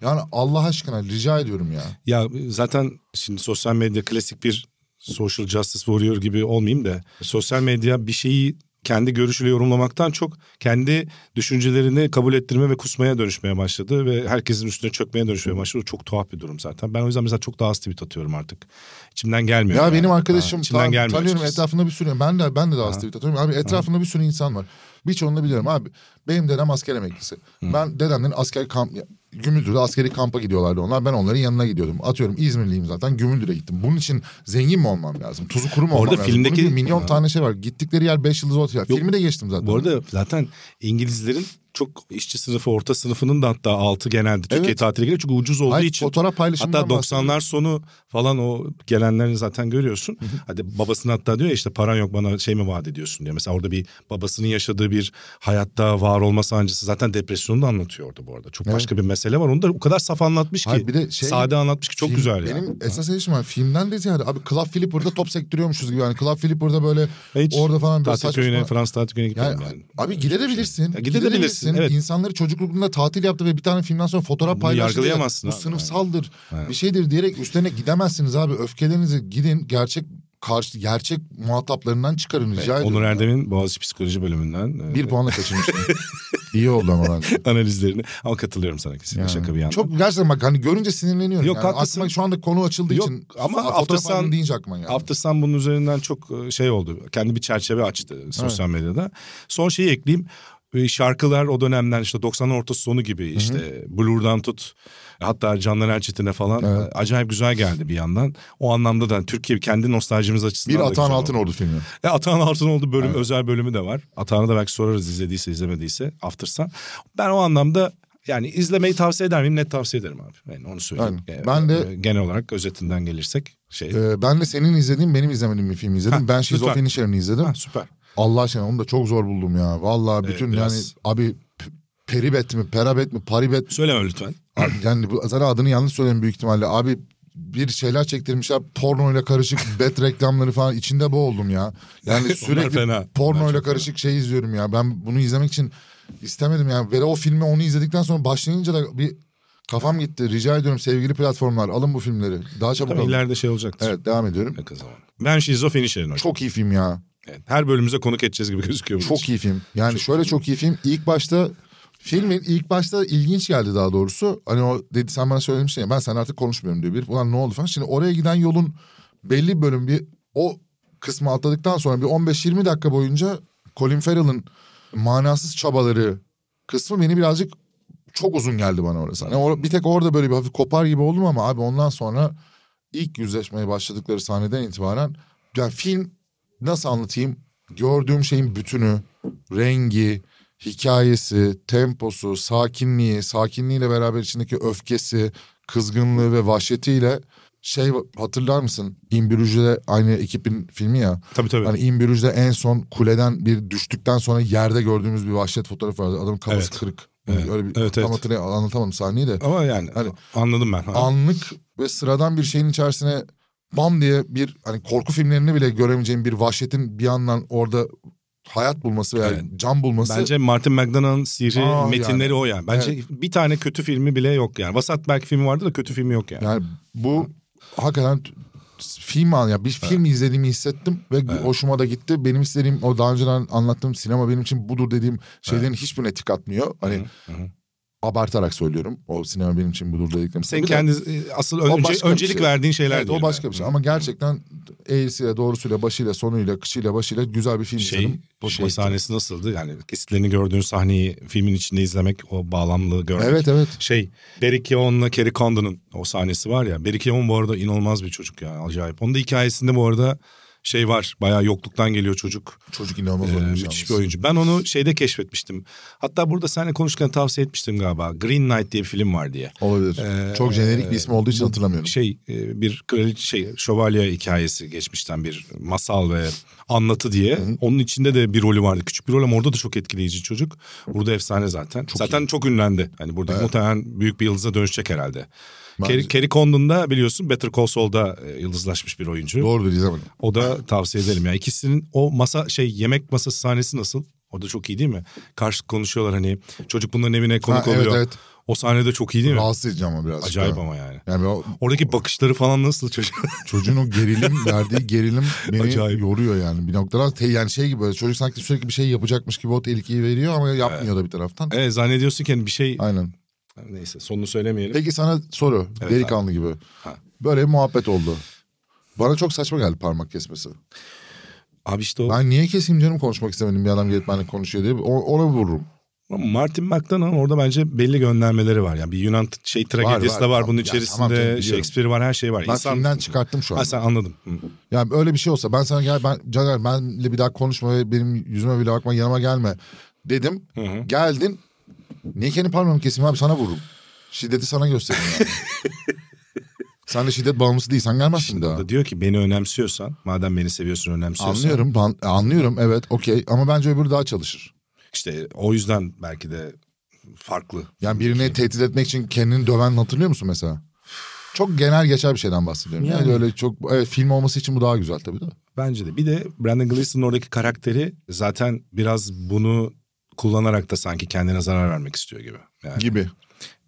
[SPEAKER 3] Yani Allah aşkına rica ediyorum ya.
[SPEAKER 2] ya zaten şimdi sosyal medya klasik bir social justice warrior gibi olmayayım da sosyal medya bir şeyi kendi görüşüyle yorumlamaktan çok kendi düşüncelerini kabul ettirme ve kusmaya dönüşmeye başladı ve herkesin üstüne çökmeye dönüşmeye başladı. O Çok tuhaf bir durum zaten. Ben o yüzden mesela çok daha az tweet atıyorum artık. İçimden gelmiyor.
[SPEAKER 3] Ya
[SPEAKER 2] yani.
[SPEAKER 3] benim
[SPEAKER 2] Ha,
[SPEAKER 3] arkadaşım
[SPEAKER 2] içimden
[SPEAKER 3] tan-
[SPEAKER 2] gelmiyor
[SPEAKER 3] tanıyorum
[SPEAKER 2] açıkçası.
[SPEAKER 3] etrafında bir sürü. Ben de ben de daha tweet atıyorum. Abi etrafında bir sürü insan var. Birçoğunu da biliyorum abi. Benim dedem asker emeklisi. Ben dedemden asker kamp Gümüldür'de askeri kampa gidiyorlardı onlar. Ben onların yanına gidiyordum. Atıyorum İzmirliyim zaten. Gümüldür'e gittim. Bunun için zengin mi olmam lazım? Tuzu kuru mu olmam
[SPEAKER 2] Orada
[SPEAKER 3] lazım?
[SPEAKER 2] filmdeki-
[SPEAKER 3] Bunun bir milyon tane şey var. Gittikleri yer 5 yıldız otel. Filmi de geçtim zaten.
[SPEAKER 2] Bu arada zaten İngilizlerin çok işçi sınıfı, orta sınıfının da hatta altı genelde Türkiye
[SPEAKER 3] Evet.
[SPEAKER 2] tatile geliyor. Çünkü ucuz olduğu
[SPEAKER 3] Hayır,
[SPEAKER 2] için.
[SPEAKER 3] fotoğraf paylaşımından
[SPEAKER 2] Hatta
[SPEAKER 3] bahsediyorum.
[SPEAKER 2] 90'lar sonu falan o gelenlerini zaten görüyorsun. Hadi babasının hatta diyor ya işte paran yok bana şey mi vaat ediyorsun diyor. Mesela orada bir babasının yaşadığı bir hayatta var olma sancısı zaten depresyonu da anlatıyor orada bu arada. Çok başka bir mesele var. Onu da o kadar saf anlatmış ki.
[SPEAKER 3] Hayır, bir de şey-
[SPEAKER 2] sade anlatmış ki çok
[SPEAKER 3] Film-
[SPEAKER 2] güzel yani.
[SPEAKER 3] Benim esas eleştirim var. Filmden de ziyade abi Club Flipper'da top sektiriyormuşuz gibi. Yani Club Flipper'da böyle
[SPEAKER 2] Ben hiç
[SPEAKER 3] orada falan böyle
[SPEAKER 2] tatil
[SPEAKER 3] saçma
[SPEAKER 2] köyüne,
[SPEAKER 3] sapan-
[SPEAKER 2] Fransız tatil köyüne
[SPEAKER 3] Yani,
[SPEAKER 2] gitmedim yani.
[SPEAKER 3] abi gidebilirsin.
[SPEAKER 2] Ya gidebilirsin,
[SPEAKER 3] gidebilirsin.
[SPEAKER 2] evet.
[SPEAKER 3] İnsanları çocukluklarında tatil yaptı ve bir tane filmden sonra fotoğraf
[SPEAKER 2] Bunu
[SPEAKER 3] paylaştı. diye,
[SPEAKER 2] yargılayamazsın
[SPEAKER 3] Bu
[SPEAKER 2] abi,
[SPEAKER 3] sınıfsaldır. Bir şeydir diyerek üstlerine gidemezsiniz abi. Öfkelerinizi gidin gerçek karşı gerçek muhataplarından çıkarın rica ediyorum.
[SPEAKER 2] Onur Erdem'in Boğaziçi Psikoloji bölümünden e,
[SPEAKER 3] Bir puanla kaçırmıştım.
[SPEAKER 2] *laughs*
[SPEAKER 3] İyi oldu ama bence.
[SPEAKER 2] analizlerini ama katılıyorum sana kesinlikle şaka bir yana.
[SPEAKER 3] Çok gerçekten bak hani görünce sinirleniyorum.
[SPEAKER 2] Yok,
[SPEAKER 3] yani.
[SPEAKER 2] haklısın.
[SPEAKER 3] Aklıma şu anda konu açıldığı
[SPEAKER 2] Yok,
[SPEAKER 3] için.
[SPEAKER 2] ama
[SPEAKER 3] Ama
[SPEAKER 2] hafta
[SPEAKER 3] fotoğraf
[SPEAKER 2] sen-
[SPEAKER 3] sen... deyince aklıma geldi.
[SPEAKER 2] After Sun bunun üzerinden çok e, şey oldu. Kendi bir çerçeve açtı sosyal medyada. Son şeyi ekleyeyim. E, Şarkılar o dönemden işte 90'ların ortası sonu gibi işte Blur'dan tut hatta Candan Erçetin'e falan e, acayip güzel geldi bir yandan. O anlamda da Türkiye kendi nostaljimiz açısından
[SPEAKER 3] bir
[SPEAKER 2] da
[SPEAKER 3] Atan
[SPEAKER 2] güzel oldu.
[SPEAKER 3] Altınordu filmi.
[SPEAKER 2] E, Atahan Altınoğlu bölüm özel bölümü de var. Atahan'a da belki sorarız izlediyse izlemediyse Aftersan. Ben o anlamda yani izlemeyi tavsiye eder miyim? Net tavsiye ederim abi. Yani onu söyleyeyim.
[SPEAKER 3] Aynen.
[SPEAKER 2] E,
[SPEAKER 3] Ben de-
[SPEAKER 2] e, genel olarak özetinden gelirsek şey.
[SPEAKER 3] Ee, ben de senin izlediğin benim izlemediğim bir film izledim.
[SPEAKER 2] Ha,
[SPEAKER 3] ben
[SPEAKER 2] lütfen.
[SPEAKER 3] Şizofreni Şerini izledim.
[SPEAKER 2] Ha, süper.
[SPEAKER 3] Allah aşkına onu da çok zor buldum ya. Vallahi bütün
[SPEAKER 2] biraz-
[SPEAKER 3] yani abi p- peribet mi, perabet mi, paribet
[SPEAKER 2] Söyleme lütfen.
[SPEAKER 3] Abi yani bu zaten adını yanlış söylüyorum büyük ihtimalle. Abi bir şeyler çektirmişler
[SPEAKER 2] *laughs*
[SPEAKER 3] pornoyla karışık bet reklamları falan içinde boğuldum ya. Yani
[SPEAKER 2] Onlar
[SPEAKER 3] sürekli
[SPEAKER 2] fena. Onlar
[SPEAKER 3] pornoyla
[SPEAKER 2] çok
[SPEAKER 3] karışık şey izliyorum ya. Ben bunu izlemek için istemedim yani. Ve o filmi onu izledikten sonra başlayınca da bir kafam gitti. Rica ediyorum sevgili platformlar alın bu filmleri. Daha çabuk
[SPEAKER 2] Tabii
[SPEAKER 3] alın.
[SPEAKER 2] ileride şey olacaktır.
[SPEAKER 3] Evet devam ediyorum.
[SPEAKER 2] Yakın zamanda. Ben şizofreni şerini Çok...
[SPEAKER 3] Çok iyi film ya.
[SPEAKER 2] Her bölümümüze konuk edeceğiz gibi gözüküyor.
[SPEAKER 3] Çok iyi film. Yani şöyle çok iyi film. İlk başta filmin ilk başta ilginç geldi daha doğrusu. Hani o dedi sen bana söylemiştin ya ben sen artık konuşmuyorum diyor bir. Ulan ne oldu falan. Şimdi oraya giden yolun belli bir bölüm bir o kısmı atladıktan sonra bir 15-20 dakika boyunca Colin Farrell'ın manasız çabaları kısmı beni birazcık çok uzun geldi bana orası. Hani or- bir tek orada böyle bir hafif kopar gibi oldum ama abi ondan sonra ilk yüzleşmeye başladıkları sahneden itibaren yani film nasıl anlatayım gördüğüm şeyin bütünü, rengi, hikayesi, temposu, sakinliği, sakinliğiyle beraber içindeki öfkesi, kızgınlığı ve vahşetiyle şey hatırlar mısın? In Bruges'de aynı ekibin filmi ya.
[SPEAKER 2] Tabii tabii.
[SPEAKER 3] Hani In Bruges'de en son kuleden bir düştükten sonra yerde gördüğümüz bir vahşet fotoğrafı vardı. Adamın kafası
[SPEAKER 2] Evet.
[SPEAKER 3] kırık. Yani
[SPEAKER 2] Evet.
[SPEAKER 3] Öyle bir
[SPEAKER 2] Evet,
[SPEAKER 3] tam
[SPEAKER 2] evet.
[SPEAKER 3] hatırlay- anlatamadım sahneyi de.
[SPEAKER 2] Ama yani
[SPEAKER 3] Hani-
[SPEAKER 2] anladım ben. Ha.
[SPEAKER 3] Anlık ve sıradan bir şeyin içerisine bam diye bir hani korku filmlerini bile göremeyeceğim bir vahşetin bir yandan orada hayat bulması veya
[SPEAKER 2] Evet.
[SPEAKER 3] can bulması.
[SPEAKER 2] Bence Martin McDonagh'ın sihri
[SPEAKER 3] Aa,
[SPEAKER 2] metinleri
[SPEAKER 3] yani.
[SPEAKER 2] o yani. Bence bir tane kötü filmi bile yok yani. Vasat belki filmi vardı da kötü filmi yok yani.
[SPEAKER 3] Yani bu hakikaten t- film an ya bir film izlediğimi hissettim ve hoşuma da gitti. Benim istediğim o daha önceden anlattığım sinema benim için budur dediğim şeylerin hiçbirine tik atmıyor. Hani abartarak söylüyorum. O sinema benim için budur dediklerim.
[SPEAKER 2] Sen
[SPEAKER 3] Bir de-
[SPEAKER 2] kendi e, asıl
[SPEAKER 3] O
[SPEAKER 2] önce-
[SPEAKER 3] başka bir
[SPEAKER 2] öncelik
[SPEAKER 3] şey.
[SPEAKER 2] verdiğin şeyler
[SPEAKER 3] Evet, o
[SPEAKER 2] diyelim
[SPEAKER 3] başka
[SPEAKER 2] yani.
[SPEAKER 3] bir şey ama gerçekten eğrisiyle doğrusuyla başıyla sonuyla kışıyla başıyla güzel bir film
[SPEAKER 2] şey,
[SPEAKER 3] izledim. Hoşuma
[SPEAKER 2] şey
[SPEAKER 3] gitti.
[SPEAKER 2] sahnesi nasıldı? Yani kesitlerini gördüğün sahneyi filmin içinde izlemek, o bağlamlı görmek.
[SPEAKER 3] Evet evet.
[SPEAKER 2] Şey, Barry Keoghan'la Kerry Condon'un o sahnesi var ya. Barry Keoghan bu arada inanılmaz bir çocuk yani acayip. Onun da hikayesinde bu arada şey var. Bayağı yokluktan geliyor çocuk.
[SPEAKER 3] Çocuk inanılmaz
[SPEAKER 2] Ee,
[SPEAKER 3] oynamış
[SPEAKER 2] müthiş bir
[SPEAKER 3] yalnız.
[SPEAKER 2] oyuncu. Ben onu şeyde keşfetmiştim. Hatta burada seninle konuşurken tavsiye etmiştim galiba. Green Knight diye bir film var diye. Ee,
[SPEAKER 3] Olabilir. Çok
[SPEAKER 2] e,
[SPEAKER 3] jenerik bir ismi olduğu için hatırlamıyorum.
[SPEAKER 2] Şey e, bir kraliçe şey şövalye hikayesi geçmişten bir masal ve anlatı diye. Onun içinde de bir rolü vardı. Küçük bir rol ama orada da çok etkileyici çocuk. Burada efsane zaten. zaten çok ünlendi. Hani burada muhtemelen büyük bir yıldıza dönüşecek herhalde.
[SPEAKER 3] Bence-
[SPEAKER 2] Kerry, Kerry Condon da biliyorsun Better Call Saul'da e, yıldızlaşmış bir oyuncu.
[SPEAKER 3] Doğrudur izlemedim.
[SPEAKER 2] O da tavsiye edelim ya. İkisinin o masa şey yemek masası sahnesi nasıl? Orada çok iyi değil mi? Karşılık konuşuyorlar hani çocuk bunların evine konuk
[SPEAKER 3] evet,
[SPEAKER 2] oluyor.
[SPEAKER 3] evet.
[SPEAKER 2] O sahnede çok iyi değil mi?
[SPEAKER 3] Rahatsız edici ama biraz.
[SPEAKER 2] Acayip ama yani.
[SPEAKER 3] Yani o
[SPEAKER 2] Oradaki bakışları falan nasıl
[SPEAKER 3] *laughs*
[SPEAKER 2] çocuk?
[SPEAKER 3] çocuğun
[SPEAKER 2] *laughs*
[SPEAKER 3] o gerilim verdiği gerilim beni
[SPEAKER 2] Acayip.
[SPEAKER 3] yoruyor yani. Bir noktadan te- yani şey gibi böyle çocuk sanki sürekli bir şey yapacakmış gibi o tehlikeyi veriyor ama yapmıyor da bir taraftan.
[SPEAKER 2] evet zannediyorsun ki hani bir şey...
[SPEAKER 3] Aynen.
[SPEAKER 2] Neyse sonunu söylemeyelim.
[SPEAKER 3] Peki sana soru.
[SPEAKER 2] Evet
[SPEAKER 3] delikanlı gibi. Böyle bir muhabbet oldu. Bana çok saçma geldi parmak kesmesi.
[SPEAKER 2] Abi işte o
[SPEAKER 3] Ben niye keseyim canım konuşmak istemedim bir adam gelip benimle konuşuyor diye. O, ona vururum.
[SPEAKER 2] Martin McDonagh'ın orada bence belli göndermeleri var. Yani bir Yunan t- şey tragedisi
[SPEAKER 3] var,
[SPEAKER 2] de var.
[SPEAKER 3] tamam.
[SPEAKER 2] Bunun
[SPEAKER 3] Ya,
[SPEAKER 2] içerisinde
[SPEAKER 3] tamam canım, biliyorum.
[SPEAKER 2] Shakespeare var her şey var.
[SPEAKER 3] Ben
[SPEAKER 2] İnsan-
[SPEAKER 3] filmden çıkarttım şu an.
[SPEAKER 2] Ha sen anladım. Hı.
[SPEAKER 3] Yani öyle bir şey olsa ben sana gel ben Caner benle bir daha konuşma ve benim yüzüme bile bakma yanıma gelme dedim. Geldin. Niye kendi parmağımı keseyim abi sana vururum. Şiddeti sana göstereyim
[SPEAKER 2] *laughs*
[SPEAKER 3] yani. Sen de şiddet bağımlısı değilsen gelmezsin daha.
[SPEAKER 2] Da diyor ki beni önemsiyorsan, madem beni seviyorsun önemsiyorsan.
[SPEAKER 3] Anlıyorum ben, anlıyorum evet okey ama bence öbürü daha çalışır.
[SPEAKER 2] İşte o yüzden belki de farklı.
[SPEAKER 3] Yani
[SPEAKER 2] şey.
[SPEAKER 3] birini tehdit etmek için kendini döven hatırlıyor musun mesela? Çok genel geçer bir şeyden bahsediyorum. Yani, öyle çok evet, film olması için bu daha güzel tabii de.
[SPEAKER 2] Bence de. Bir de Brandon Gleeson'un oradaki karakteri zaten biraz bunu kullanarak da sanki kendine zarar vermek istiyor gibi. Yani
[SPEAKER 3] Gibi.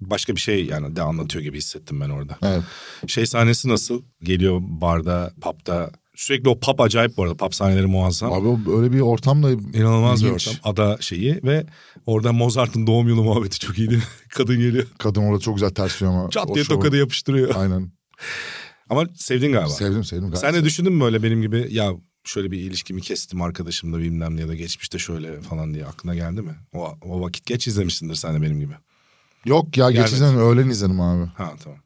[SPEAKER 2] başka bir şey yani de anlatıyor gibi hissettim ben orada.
[SPEAKER 3] Evet.
[SPEAKER 2] Şey sahnesi nasıl? Geliyor barda, pub'da. Sürekli o pub acayip bu arada. Pub sahneleri muazzam.
[SPEAKER 3] Abi o- öyle bir ortamla
[SPEAKER 2] İnanılmaz
[SPEAKER 3] İlginç.
[SPEAKER 2] bir ortam. Ada şeyi ve orada Mozart'ın doğum yılı muhabbeti çok iyiydi. *laughs* Kadın geliyor.
[SPEAKER 3] Kadın orada çok güzel tersliyor ama.
[SPEAKER 2] Çat
[SPEAKER 3] O
[SPEAKER 2] diye
[SPEAKER 3] şovu-
[SPEAKER 2] tokadı yapıştırıyor.
[SPEAKER 3] Aynen.
[SPEAKER 2] Ama sevdin galiba.
[SPEAKER 3] Sevdim sevdim. Gayet
[SPEAKER 2] Sen de
[SPEAKER 3] sevdim.
[SPEAKER 2] düşündün mü böyle benim gibi ya şöyle bir ilişkimi kestim arkadaşımla bilmem ne ya da geçmişte şöyle falan diye aklına geldi mi? O, o vakit geç izlemişsindir sen de benim gibi.
[SPEAKER 3] Yok ya geç
[SPEAKER 2] Gelmedi.
[SPEAKER 3] izledim. Öğlen izledim abi.
[SPEAKER 2] Ha tamam.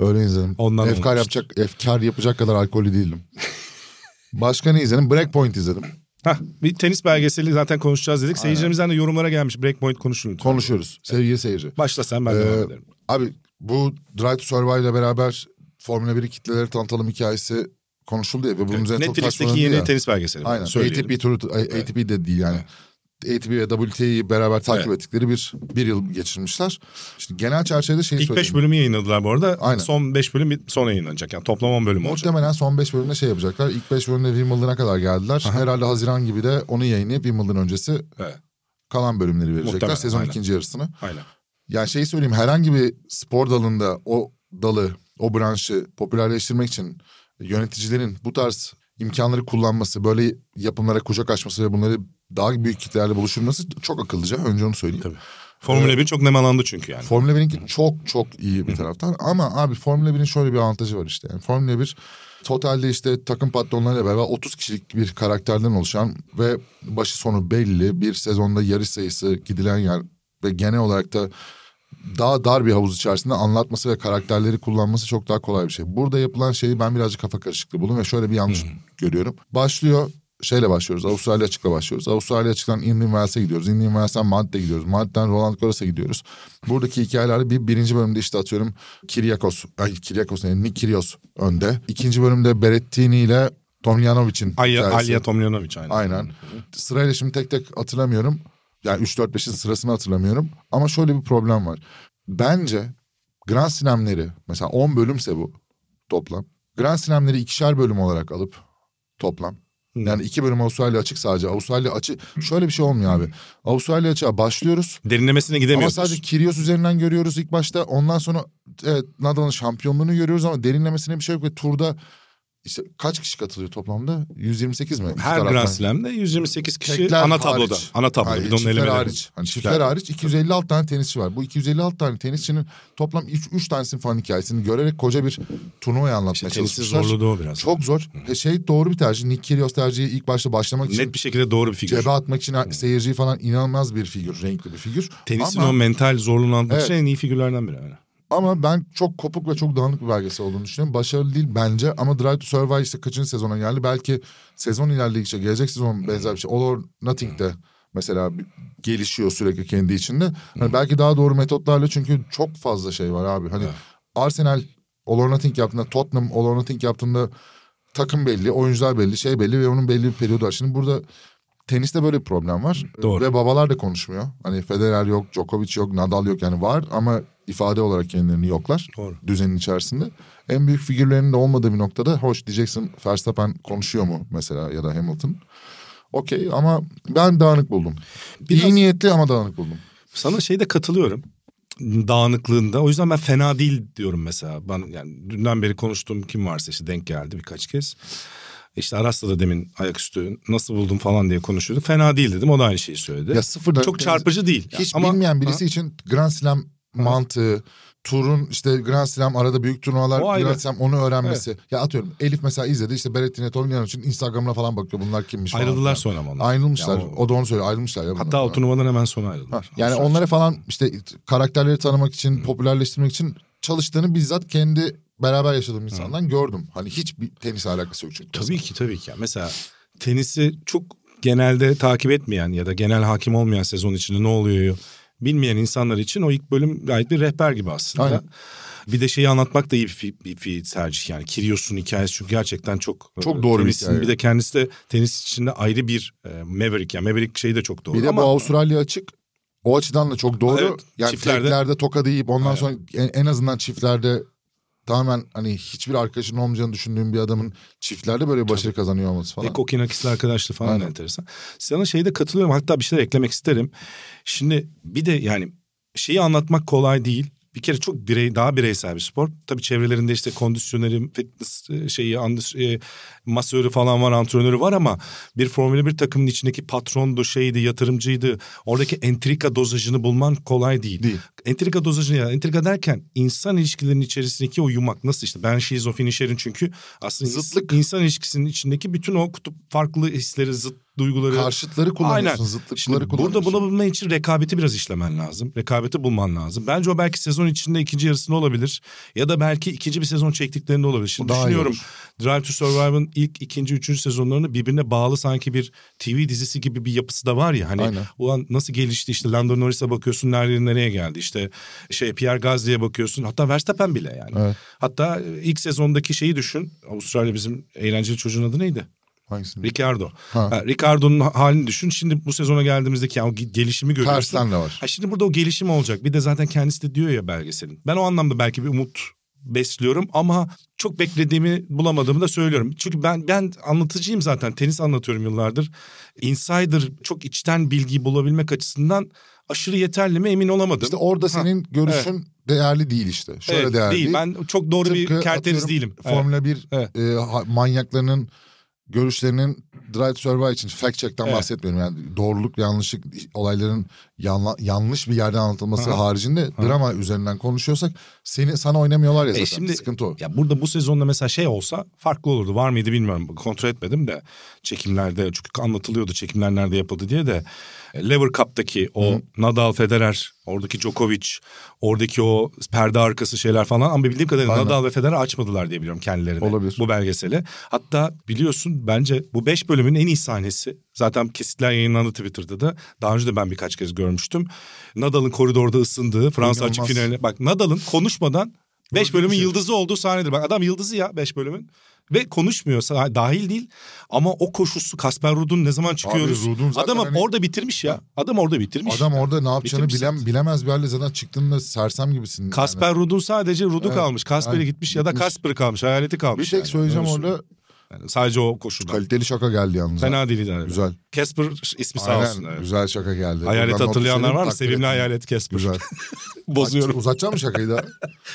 [SPEAKER 3] Öğlen izledim.
[SPEAKER 2] Ondan
[SPEAKER 3] efkar
[SPEAKER 2] olmamıştır.
[SPEAKER 3] yapacak, efkar yapacak kadar alkolü
[SPEAKER 2] *laughs*
[SPEAKER 3] değildim. Başka ne izledim? Breakpoint izledim.
[SPEAKER 2] Hah bir tenis belgeseli zaten konuşacağız dedik. Seyircilerimizden de yorumlara gelmiş. Breakpoint konuşun lütfen.
[SPEAKER 3] Konuşuyoruz. Sevgili seyirci.
[SPEAKER 2] Başla sen ben
[SPEAKER 3] Ee,
[SPEAKER 2] devam ederim.
[SPEAKER 3] abi bu Drive to Survive ile beraber Formula 1 kitleleri tanıtalım hikayesi konuşuldu ya. Ve bunun üzerine çok
[SPEAKER 2] Netflix'teki
[SPEAKER 3] tartışmalandı
[SPEAKER 2] yeni
[SPEAKER 3] ya.
[SPEAKER 2] tenis belgeseli.
[SPEAKER 3] Aynen.
[SPEAKER 2] Söyleyelim.
[SPEAKER 3] ATP turu, ATP de değil yani. ATP ve WTA'yı beraber takip
[SPEAKER 2] Evet.
[SPEAKER 3] ettikleri bir bir yıl geçirmişler. Şimdi genel çerçevede şeyi
[SPEAKER 2] İlk
[SPEAKER 3] söyleyeyim.
[SPEAKER 2] 5 bölümü yayınladılar bu arada.
[SPEAKER 3] Aynen.
[SPEAKER 2] Son 5 bölüm bir- sonra yayınlanacak. Yani toplam 10 bölüm olacak.
[SPEAKER 3] Muhtemelen son 5 bölümde şey yapacaklar. İlk 5 bölümde Wimbledon'a kadar geldiler. Herhalde Haziran gibi de onu yayınlayıp Wimbledon öncesi
[SPEAKER 2] Evet.
[SPEAKER 3] kalan bölümleri verecekler
[SPEAKER 2] Muhtemelen,
[SPEAKER 3] sezon
[SPEAKER 2] aynen.
[SPEAKER 3] ikinci yarısını.
[SPEAKER 2] Aynen.
[SPEAKER 3] Yani şeyi şey söyleyeyim herhangi bir spor dalında o dalı, o branşı popülerleştirmek için yöneticilerin bu tarz imkanları kullanması, böyle yapımlara kucak açması ve bunları daha büyük kitlerle buluşturması çok akıllıca. Önce onu söyleyeyim.
[SPEAKER 2] Tabii. Formula 1
[SPEAKER 3] Ee,
[SPEAKER 2] çok nemalandı çünkü yani.
[SPEAKER 3] Formula 1'inki çok çok iyi bir taraftan ama abi Formula 1'in şöyle bir avantajı var işte. Yani Formula 1 totalde işte takım patronlarıyla beraber 30 kişilik bir karakterden oluşan ve başı sonu belli bir sezonda yarış sayısı gidilen yer ve genel olarak da daha dar bir havuz içerisinde anlatması ve karakterleri kullanması çok daha kolay bir şey. Burada yapılan şeyi ben birazcık kafa karışıklığı buldum ve şöyle bir yanlış görüyorum. Başlıyor şeyle başlıyoruz. Avustralya açıkla başlıyoruz. Avustralya açıktan Indian Wells'e gidiyoruz. Indian Wells'ten Madde'ye gidiyoruz. Madde'den Roland Garros'a gidiyoruz. Buradaki hikayeleri bir birinci bölümde işte atıyorum Kiriakos. Ay Kiriakos ne? Nick Kyrgios önde. İkinci bölümde Berettini ile Tomljanovic'in
[SPEAKER 2] Alya,
[SPEAKER 3] hikayesi.
[SPEAKER 2] Alya Tomljanovic aynen.
[SPEAKER 3] Aynen. Sırayla şimdi tek tek hatırlamıyorum. Yani 3-4-5'in sırasını hatırlamıyorum. Ama şöyle bir problem var. Bence Grand Slam'leri mesela 10 bölümse bu toplam. Grand Slam'leri ikişer bölüm olarak alıp toplam. Yani iki bölüm Avustralya açık sadece. Avustralya açık. Şöyle bir şey olmuyor abi. Avustralya açığa başlıyoruz.
[SPEAKER 2] Derinlemesine
[SPEAKER 3] Ama
[SPEAKER 2] gidemiyoruz.
[SPEAKER 3] sadece Kyrgios üzerinden görüyoruz ilk başta. Ondan sonra evet, Nadal'ın şampiyonluğunu görüyoruz ama derinlemesine bir şey yok. Ve turda işte kaç kişi katılıyor toplamda? 128 mi? İki
[SPEAKER 2] Her Grand
[SPEAKER 3] taraftan.
[SPEAKER 2] Slam'de 128 kişi
[SPEAKER 3] Tekler
[SPEAKER 2] ana
[SPEAKER 3] hariç.
[SPEAKER 2] tabloda. Ana tabloda.
[SPEAKER 3] Hayır,
[SPEAKER 2] bir de onun
[SPEAKER 3] çiftler
[SPEAKER 2] elemeleri.
[SPEAKER 3] hariç. Hani çiftler, hariç 256 tane tenisçi var. Bu 256 tane tenisçinin toplam 3, 3 tanesinin falan hikayesini görerek koca bir turnuvayı anlatmaya
[SPEAKER 2] Tenisin
[SPEAKER 3] çalışmışlar.
[SPEAKER 2] zorluğu da o biraz.
[SPEAKER 3] Çok zor. E, Şey doğru bir tercih. Nick Kyrgios tercihi ilk başta başlamak için
[SPEAKER 2] Net bir şekilde doğru bir figür.
[SPEAKER 3] cebe atmak için seyirciyi falan inanılmaz bir figür. Renkli bir figür.
[SPEAKER 2] Tenisin
[SPEAKER 3] ama,
[SPEAKER 2] o mental zorluğunu anlatmak için
[SPEAKER 3] Evet.
[SPEAKER 2] en iyi figürlerden biri. Yani.
[SPEAKER 3] ama ben çok kopuk ve çok dağınık bir belgesel olduğunu düşünüyorum. Başarılı değil bence ama Drive to Survive işte kaçıncı sezona geldi. Belki sezon ilerledikçe gelecek sezon benzer bir şey. All or Nothing'de mesela bir- gelişiyor sürekli kendi içinde. Hani belki daha doğru metotlarla çünkü çok fazla şey var abi. Hani Arsenal All or Nothing yaptığında Tottenham All or Nothing yaptığında takım belli, oyuncular belli, şey belli ve onun belli bir periyodu var. Şimdi burada teniste böyle bir problem var.
[SPEAKER 2] Doğru.
[SPEAKER 3] Ve babalar da konuşmuyor. Hani Federer yok, Djokovic yok, Nadal yok yani var ama ifade olarak kendilerini yoklar.
[SPEAKER 2] Doğru.
[SPEAKER 3] Düzenin içerisinde. En büyük figürlerinin de olmadığı bir noktada hoş diyeceksin Verstappen konuşuyor mu mesela ya da Hamilton. Okey ama ben dağınık buldum. İyi niyetli ama dağınık buldum.
[SPEAKER 2] Sana şeyde katılıyorum. Dağınıklığında. O yüzden ben fena değil diyorum mesela. Ben yani dünden beri konuştuğum kim varsa işte denk geldi birkaç kez. İşte Aras'la da demin ayaküstü nasıl buldum falan diye konuşuyorduk. Fena değil dedim. O da aynı şeyi söyledi.
[SPEAKER 3] Ya sıfırdan
[SPEAKER 2] Çok çarpıcı değil.
[SPEAKER 3] Hiç
[SPEAKER 2] Ama-
[SPEAKER 3] bilmeyen birisi için Grand Slam mantığı, turun işte Grand Slam arada büyük
[SPEAKER 2] O
[SPEAKER 3] turnuvalar,
[SPEAKER 2] ayrı.
[SPEAKER 3] Grand Slam onu öğrenmesi. Ya atıyorum Elif mesela izledi işte Berettin Etormiyan için Instagram'ına falan bakıyor bunlar kimmiş falan.
[SPEAKER 2] Ayrıldılar
[SPEAKER 3] filan.
[SPEAKER 2] sonra ama onlar.
[SPEAKER 3] Ayrılmışlar.
[SPEAKER 2] Ya o-
[SPEAKER 3] o... da onu söylüyor ayrılmışlar ya. bunlar
[SPEAKER 2] Hatta o
[SPEAKER 3] falan.
[SPEAKER 2] turnuvadan hemen sonra ayrıldılar.
[SPEAKER 3] Yani onları falan işte karakterleri tanımak için, popülerleştirmek için çalıştığını bizzat kendi beraber yaşadığım insandan gördüm. Hani hiç bir tenis alakası yok çünkü.
[SPEAKER 2] Tabii ki tabii ki. Mesela tenisi çok genelde takip etmeyen ya da genel hakim olmayan sezon içinde ne oluyor bilmeyen insanlar için o ilk bölüm gayet bir rehber gibi aslında.
[SPEAKER 3] Aynen.
[SPEAKER 2] Bir de şeyi anlatmak da iyi bir, fi- bir, bir tercih yani. Kirios'un hikayesi çünkü gerçekten çok...
[SPEAKER 3] Çok doğru bir
[SPEAKER 2] tenisin-
[SPEAKER 3] hikaye.
[SPEAKER 2] Bir de kendisi de tenis içinde ayrı bir e, Maverick. Yani Maverick şeyi de çok doğru
[SPEAKER 3] Bir de
[SPEAKER 2] ama...
[SPEAKER 3] bu Avustralya açık. O açıdan da çok doğru.
[SPEAKER 2] Evet,
[SPEAKER 3] yani
[SPEAKER 2] çiftlerde-
[SPEAKER 3] çiftlerde, tokadı yiyip ondan sonra en, en azından çiftlerde tamamen hani hiçbir arkadaşının olmayacağını düşündüğüm bir adamın çiftlerde böyle bir başarı kazanıyor olması falan.
[SPEAKER 2] Eko Kinakis'le E, arkadaşlığı falan
[SPEAKER 3] Aynen.
[SPEAKER 2] da enteresan. Sana şeyde katılıyorum hatta bir şeyler eklemek isterim. Şimdi bir de yani şeyi anlatmak kolay değil. Bir kere çok birey daha bireysel bir spor. Tabii çevrelerinde işte kondisyoneri, fitness e, şeyi, andis- e, masörü falan var, antrenörü var ama bir Formula 1 takımın içindeki patrondu, şeydi, yatırımcıydı. Oradaki entrika dozajını bulman kolay değil.
[SPEAKER 3] Değil.
[SPEAKER 2] Entrika dozajını ya entrika derken insan ilişkilerinin içerisindeki o yumak nasıl işte ben She's of Finisher'in çünkü aslında
[SPEAKER 3] Zıtlık.
[SPEAKER 2] insan ilişkisinin içindeki bütün o kutup farklı hisleri, zıt duyguları
[SPEAKER 3] Karşıtları kullanıyorsun, zıtlıkları
[SPEAKER 2] Şimdi
[SPEAKER 3] kullanıyorsun.
[SPEAKER 2] Burada bunu bulman için rekabeti biraz işlemen lazım. Rekabeti bulman lazım. Bence o belki sezon içinde ikinci yarısında olabilir. Ya da belki ikinci bir sezon çektiklerinde olabilir. Şimdi
[SPEAKER 3] Bu daha iyi
[SPEAKER 2] düşünüyorum
[SPEAKER 3] olur.
[SPEAKER 2] Drive to Survive'ın ilk, ikinci, üçüncü sezonlarını birbirine bağlı sanki bir TV dizisi gibi bir yapısı da var ya. Hani
[SPEAKER 3] Aynen.
[SPEAKER 2] ulan nasıl gelişti işte Lando Norris'e bakıyorsun nereden nereye geldi işte şey Pierre Gasly'e bakıyorsun hatta Verstappen bile yani.
[SPEAKER 3] Evet.
[SPEAKER 2] Hatta e, ilk sezondaki şeyi düşün. Avustralya bizim eğlenceli çocuğun adı neydi?
[SPEAKER 3] Hangisini?
[SPEAKER 2] Ricardo.
[SPEAKER 3] Ha.
[SPEAKER 2] Ha, Ricardo'nun halini düşün. Şimdi bu sezona geldiğimizdeki yani o ge- gelişimi görüyorsun.
[SPEAKER 3] Tersten de var.
[SPEAKER 2] Ha, şimdi burada o gelişim olacak. Bir de zaten kendisi de diyor ya belgeselin. Ben o anlamda belki bir umut besliyorum ama çok beklediğimi bulamadığımı da söylüyorum. Çünkü ben ben anlatıcıyım zaten tenis anlatıyorum yıllardır. Insider çok içten bilgiyi bulabilmek açısından aşırı yeterli mi emin olamadım.
[SPEAKER 3] İşte orada senin görüşün değerli değil işte. Şöyle
[SPEAKER 2] Evet,
[SPEAKER 3] değerli
[SPEAKER 2] değil.
[SPEAKER 3] değil.
[SPEAKER 2] Ben çok doğru bir
[SPEAKER 3] Tıpkı
[SPEAKER 2] kerteniz
[SPEAKER 3] atıyorum
[SPEAKER 2] değilim. Evet.
[SPEAKER 3] Formula 1
[SPEAKER 2] Evet.
[SPEAKER 3] e, ha- manyaklarının görüşlerinin Drive to Survive için fact check'ten
[SPEAKER 2] Evet.
[SPEAKER 3] bahsetmiyorum. Yani doğruluk, yanlışlık, olayların yanla- yanlış bir yerden anlatılması
[SPEAKER 2] Aha.
[SPEAKER 3] haricinde drama üzerinden konuşuyorsak seni sana oynamıyorlar ya zaten.
[SPEAKER 2] E, şimdi-
[SPEAKER 3] Sıkıntı o.
[SPEAKER 2] Ya burada bu sezonda mesela şey olsa farklı olurdu. Var mıydı bilmiyorum. Kontrol etmedim de çekimlerde çünkü anlatılıyordu çekimler nerede yapıldı diye de E, Lever Cup'taki o Nadal Federer, oradaki Djokovic, oradaki o perde arkası şeyler falan ama bildiğim kadarıyla
[SPEAKER 3] Aynen.
[SPEAKER 2] Nadal ve Federer açmadılar diye biliyorum kendilerini.
[SPEAKER 3] Olabilir.
[SPEAKER 2] Bu belgeseli. Hatta biliyorsun bence bu 5 bölümün en iyi sahnesi. Zaten kesitler yayınlandı Twitter'da da. Daha önce de ben birkaç kez görmüştüm. Nadal'ın koridorda ısındığı Fransa açık
[SPEAKER 3] İnanılmaz.
[SPEAKER 2] finali. Bak Nadal'ın konuşmadan 5
[SPEAKER 3] Gördün mü
[SPEAKER 2] bölümün
[SPEAKER 3] şey?
[SPEAKER 2] yıldızı olduğu sahnedir. Bak adam yıldızı ya 5 bölümün. Ve konuşmuyor sah- dahil değil ama o koşusu Kasper Ruud'un ne zaman çıkıyoruz.
[SPEAKER 3] Ruud'un zaten
[SPEAKER 2] Adam
[SPEAKER 3] hani-
[SPEAKER 2] orada bitirmiş ya. Adam orada bitirmiş.
[SPEAKER 3] Adam orada ne yapacağını
[SPEAKER 2] Bitirmiş
[SPEAKER 3] bilen, bilemez bir halde zaten çıktığında sersem gibisin. yani.
[SPEAKER 2] Kasper Ruud'un sadece Ruud'u
[SPEAKER 3] Evet,
[SPEAKER 2] kalmış. Kasper'e
[SPEAKER 3] aynen.
[SPEAKER 2] gitmiş ya da
[SPEAKER 3] Gitmiş.
[SPEAKER 2] Kasper kalmış. Hayaleti kalmış.
[SPEAKER 3] Bir tek
[SPEAKER 2] yani.
[SPEAKER 3] söyleyeceğim
[SPEAKER 2] Öyle
[SPEAKER 3] orada
[SPEAKER 2] söyleyeyim. Yani sadece o koşuda.
[SPEAKER 3] kaliteli şaka geldi yalnız.
[SPEAKER 2] Fena değil yani.
[SPEAKER 3] Güzel.
[SPEAKER 2] Casper ismi sağ
[SPEAKER 3] Aynen,
[SPEAKER 2] olsun. evet.
[SPEAKER 3] güzel şaka geldi.
[SPEAKER 2] Hayalet
[SPEAKER 3] Buradan not
[SPEAKER 2] hatırlayanlar
[SPEAKER 3] düşelim,
[SPEAKER 2] var mı?
[SPEAKER 3] takdir
[SPEAKER 2] Sevimli
[SPEAKER 3] ettim.
[SPEAKER 2] hayalet Casper.
[SPEAKER 3] Güzel.
[SPEAKER 2] Bozuyorum.
[SPEAKER 3] Uzatacağım mı
[SPEAKER 2] *laughs*
[SPEAKER 3] şakayı da?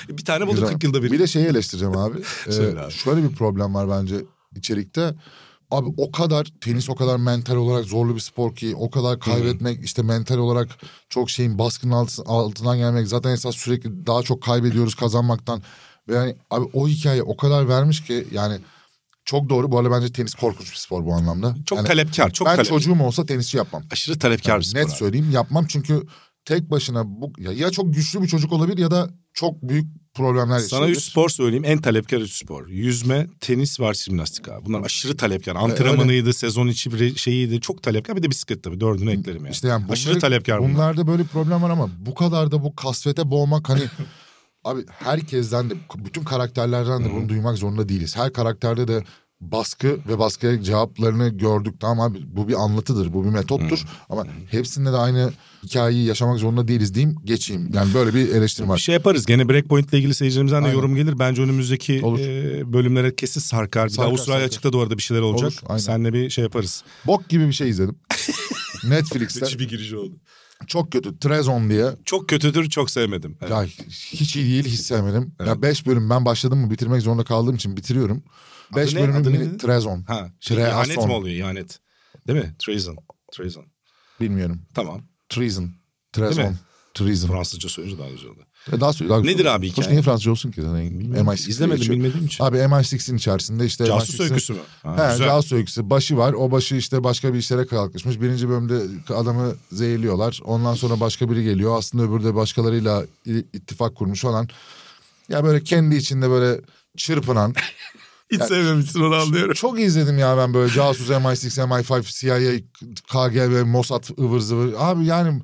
[SPEAKER 2] Bir tane bulduk
[SPEAKER 3] Güzel.
[SPEAKER 2] 40 yılda bir.
[SPEAKER 3] Bir de şeyi eleştireceğim abi.
[SPEAKER 2] *laughs*
[SPEAKER 3] Ee,
[SPEAKER 2] Söyle abi.
[SPEAKER 3] Şöyle bir problem var bence içerikte. Abi o kadar tenis o kadar mental olarak zorlu bir spor ki o kadar kaybetmek işte mental olarak çok şeyin baskının altı- altından gelmek zaten esas sürekli daha çok kaybediyoruz kazanmaktan. Ve yani abi o hikaye o kadar vermiş ki yani çok doğru. Bu arada bence tenis korkunç bir spor bu anlamda.
[SPEAKER 2] Çok
[SPEAKER 3] yani,
[SPEAKER 2] talepkar. Çok
[SPEAKER 3] ben
[SPEAKER 2] talep.
[SPEAKER 3] çocuğum olsa tenisçi yapmam.
[SPEAKER 2] Aşırı talepkar bir spor.
[SPEAKER 3] Net
[SPEAKER 2] abi.
[SPEAKER 3] söyleyeyim yapmam çünkü tek başına bu ya, ya çok güçlü bir çocuk olabilir ya da çok büyük problemler
[SPEAKER 2] Sana
[SPEAKER 3] yaşayabilir.
[SPEAKER 2] üç spor söyleyeyim. En talepkar üç spor. Yüzme, tenis var jimnastik abi. Bunlar aşırı talepkar. Antrenmanıydı, sezon içi bir şeyiydi. Çok talepkar. Bir de bisiklet tabii. Dördünü eklerim yani.
[SPEAKER 3] İşte yani bunları-
[SPEAKER 2] aşırı talepkar bunlar.
[SPEAKER 3] Bunlarda böyle problem var ama bu kadar da bu kasvete
[SPEAKER 2] *laughs*
[SPEAKER 3] boğmak hani abi herkesten de bütün karakterlerden de bunu duymak zorunda değiliz. Her karakterde de baskı ve baskıya cevaplarını gördük tamam abi bu bir anlatıdır bu bir metottur ama hepsinde de aynı hikayeyi yaşamak zorunda değiliz diyeyim geçeyim yani böyle bir eleştirim
[SPEAKER 2] Bir *laughs*
[SPEAKER 3] var.
[SPEAKER 2] şey yaparız. Gene Breakpoint ile ilgili seyircilerimizden de
[SPEAKER 3] Aynen.
[SPEAKER 2] yorum gelir. Bence önümüzdeki
[SPEAKER 3] Olur.
[SPEAKER 2] e, bölümlere kesin sarkar. Bir de
[SPEAKER 3] Sarkar,
[SPEAKER 2] Avustralya
[SPEAKER 3] sarkar.
[SPEAKER 2] açıkta da orada bir şeyler olacak.
[SPEAKER 3] Olur, aynen.
[SPEAKER 2] Senle bir şey yaparız.
[SPEAKER 3] Bok gibi bir şey izledim.
[SPEAKER 2] *laughs*
[SPEAKER 3] Netflix'te
[SPEAKER 2] bir giriş oldu.
[SPEAKER 3] çok kötü Trezon diye
[SPEAKER 2] Çok kötüdür, çok sevmedim. Evet.
[SPEAKER 3] Ya hiç iyi değil hiç sevmedim. Ya 5 bölüm ben başladım mı bitirmek zorunda kaldığım için bitiriyorum. 5
[SPEAKER 2] ne?
[SPEAKER 3] bölümün
[SPEAKER 2] Adı
[SPEAKER 3] biri
[SPEAKER 2] neydi?
[SPEAKER 3] Trezon.
[SPEAKER 2] Ha, şey,
[SPEAKER 3] Treason.
[SPEAKER 2] ihanet mi oluyor ihanet? Değil mi? Treason. Treason.
[SPEAKER 3] Bilmiyorum.
[SPEAKER 2] Tamam.
[SPEAKER 3] Treason.
[SPEAKER 2] Değil
[SPEAKER 3] Trezon.
[SPEAKER 2] mi?
[SPEAKER 3] Treason.
[SPEAKER 2] Fransızca söyleyince daha güzel oldu.
[SPEAKER 3] E, Daha söyle. Daha
[SPEAKER 2] Nedir abi
[SPEAKER 3] Hoş Şey,
[SPEAKER 2] hikaye?
[SPEAKER 3] niye Fransızca olsun ki? Yani MI6
[SPEAKER 2] İzlemedim
[SPEAKER 3] geçiyor.
[SPEAKER 2] bilmediğim için.
[SPEAKER 3] Abi MI6'in içerisinde işte...
[SPEAKER 2] Casus
[SPEAKER 3] MI6'in
[SPEAKER 2] öyküsü mü? Ha,
[SPEAKER 3] He,
[SPEAKER 2] güzel.
[SPEAKER 3] casus öyküsü. Başı var. O başı işte başka bir işlere kalkışmış. Birinci bölümde adamı zehirliyorlar. Ondan sonra başka biri geliyor. Aslında öbürü de başkalarıyla i- ittifak kurmuş olan. Ya böyle kendi içinde böyle çırpınan.
[SPEAKER 2] Hiç sevmemişsin onu anlıyorum.
[SPEAKER 3] Çok izledim ya ben böyle casus MI6, MI5, CIA, KGB, Mossad ıvır zıvır. Abi yani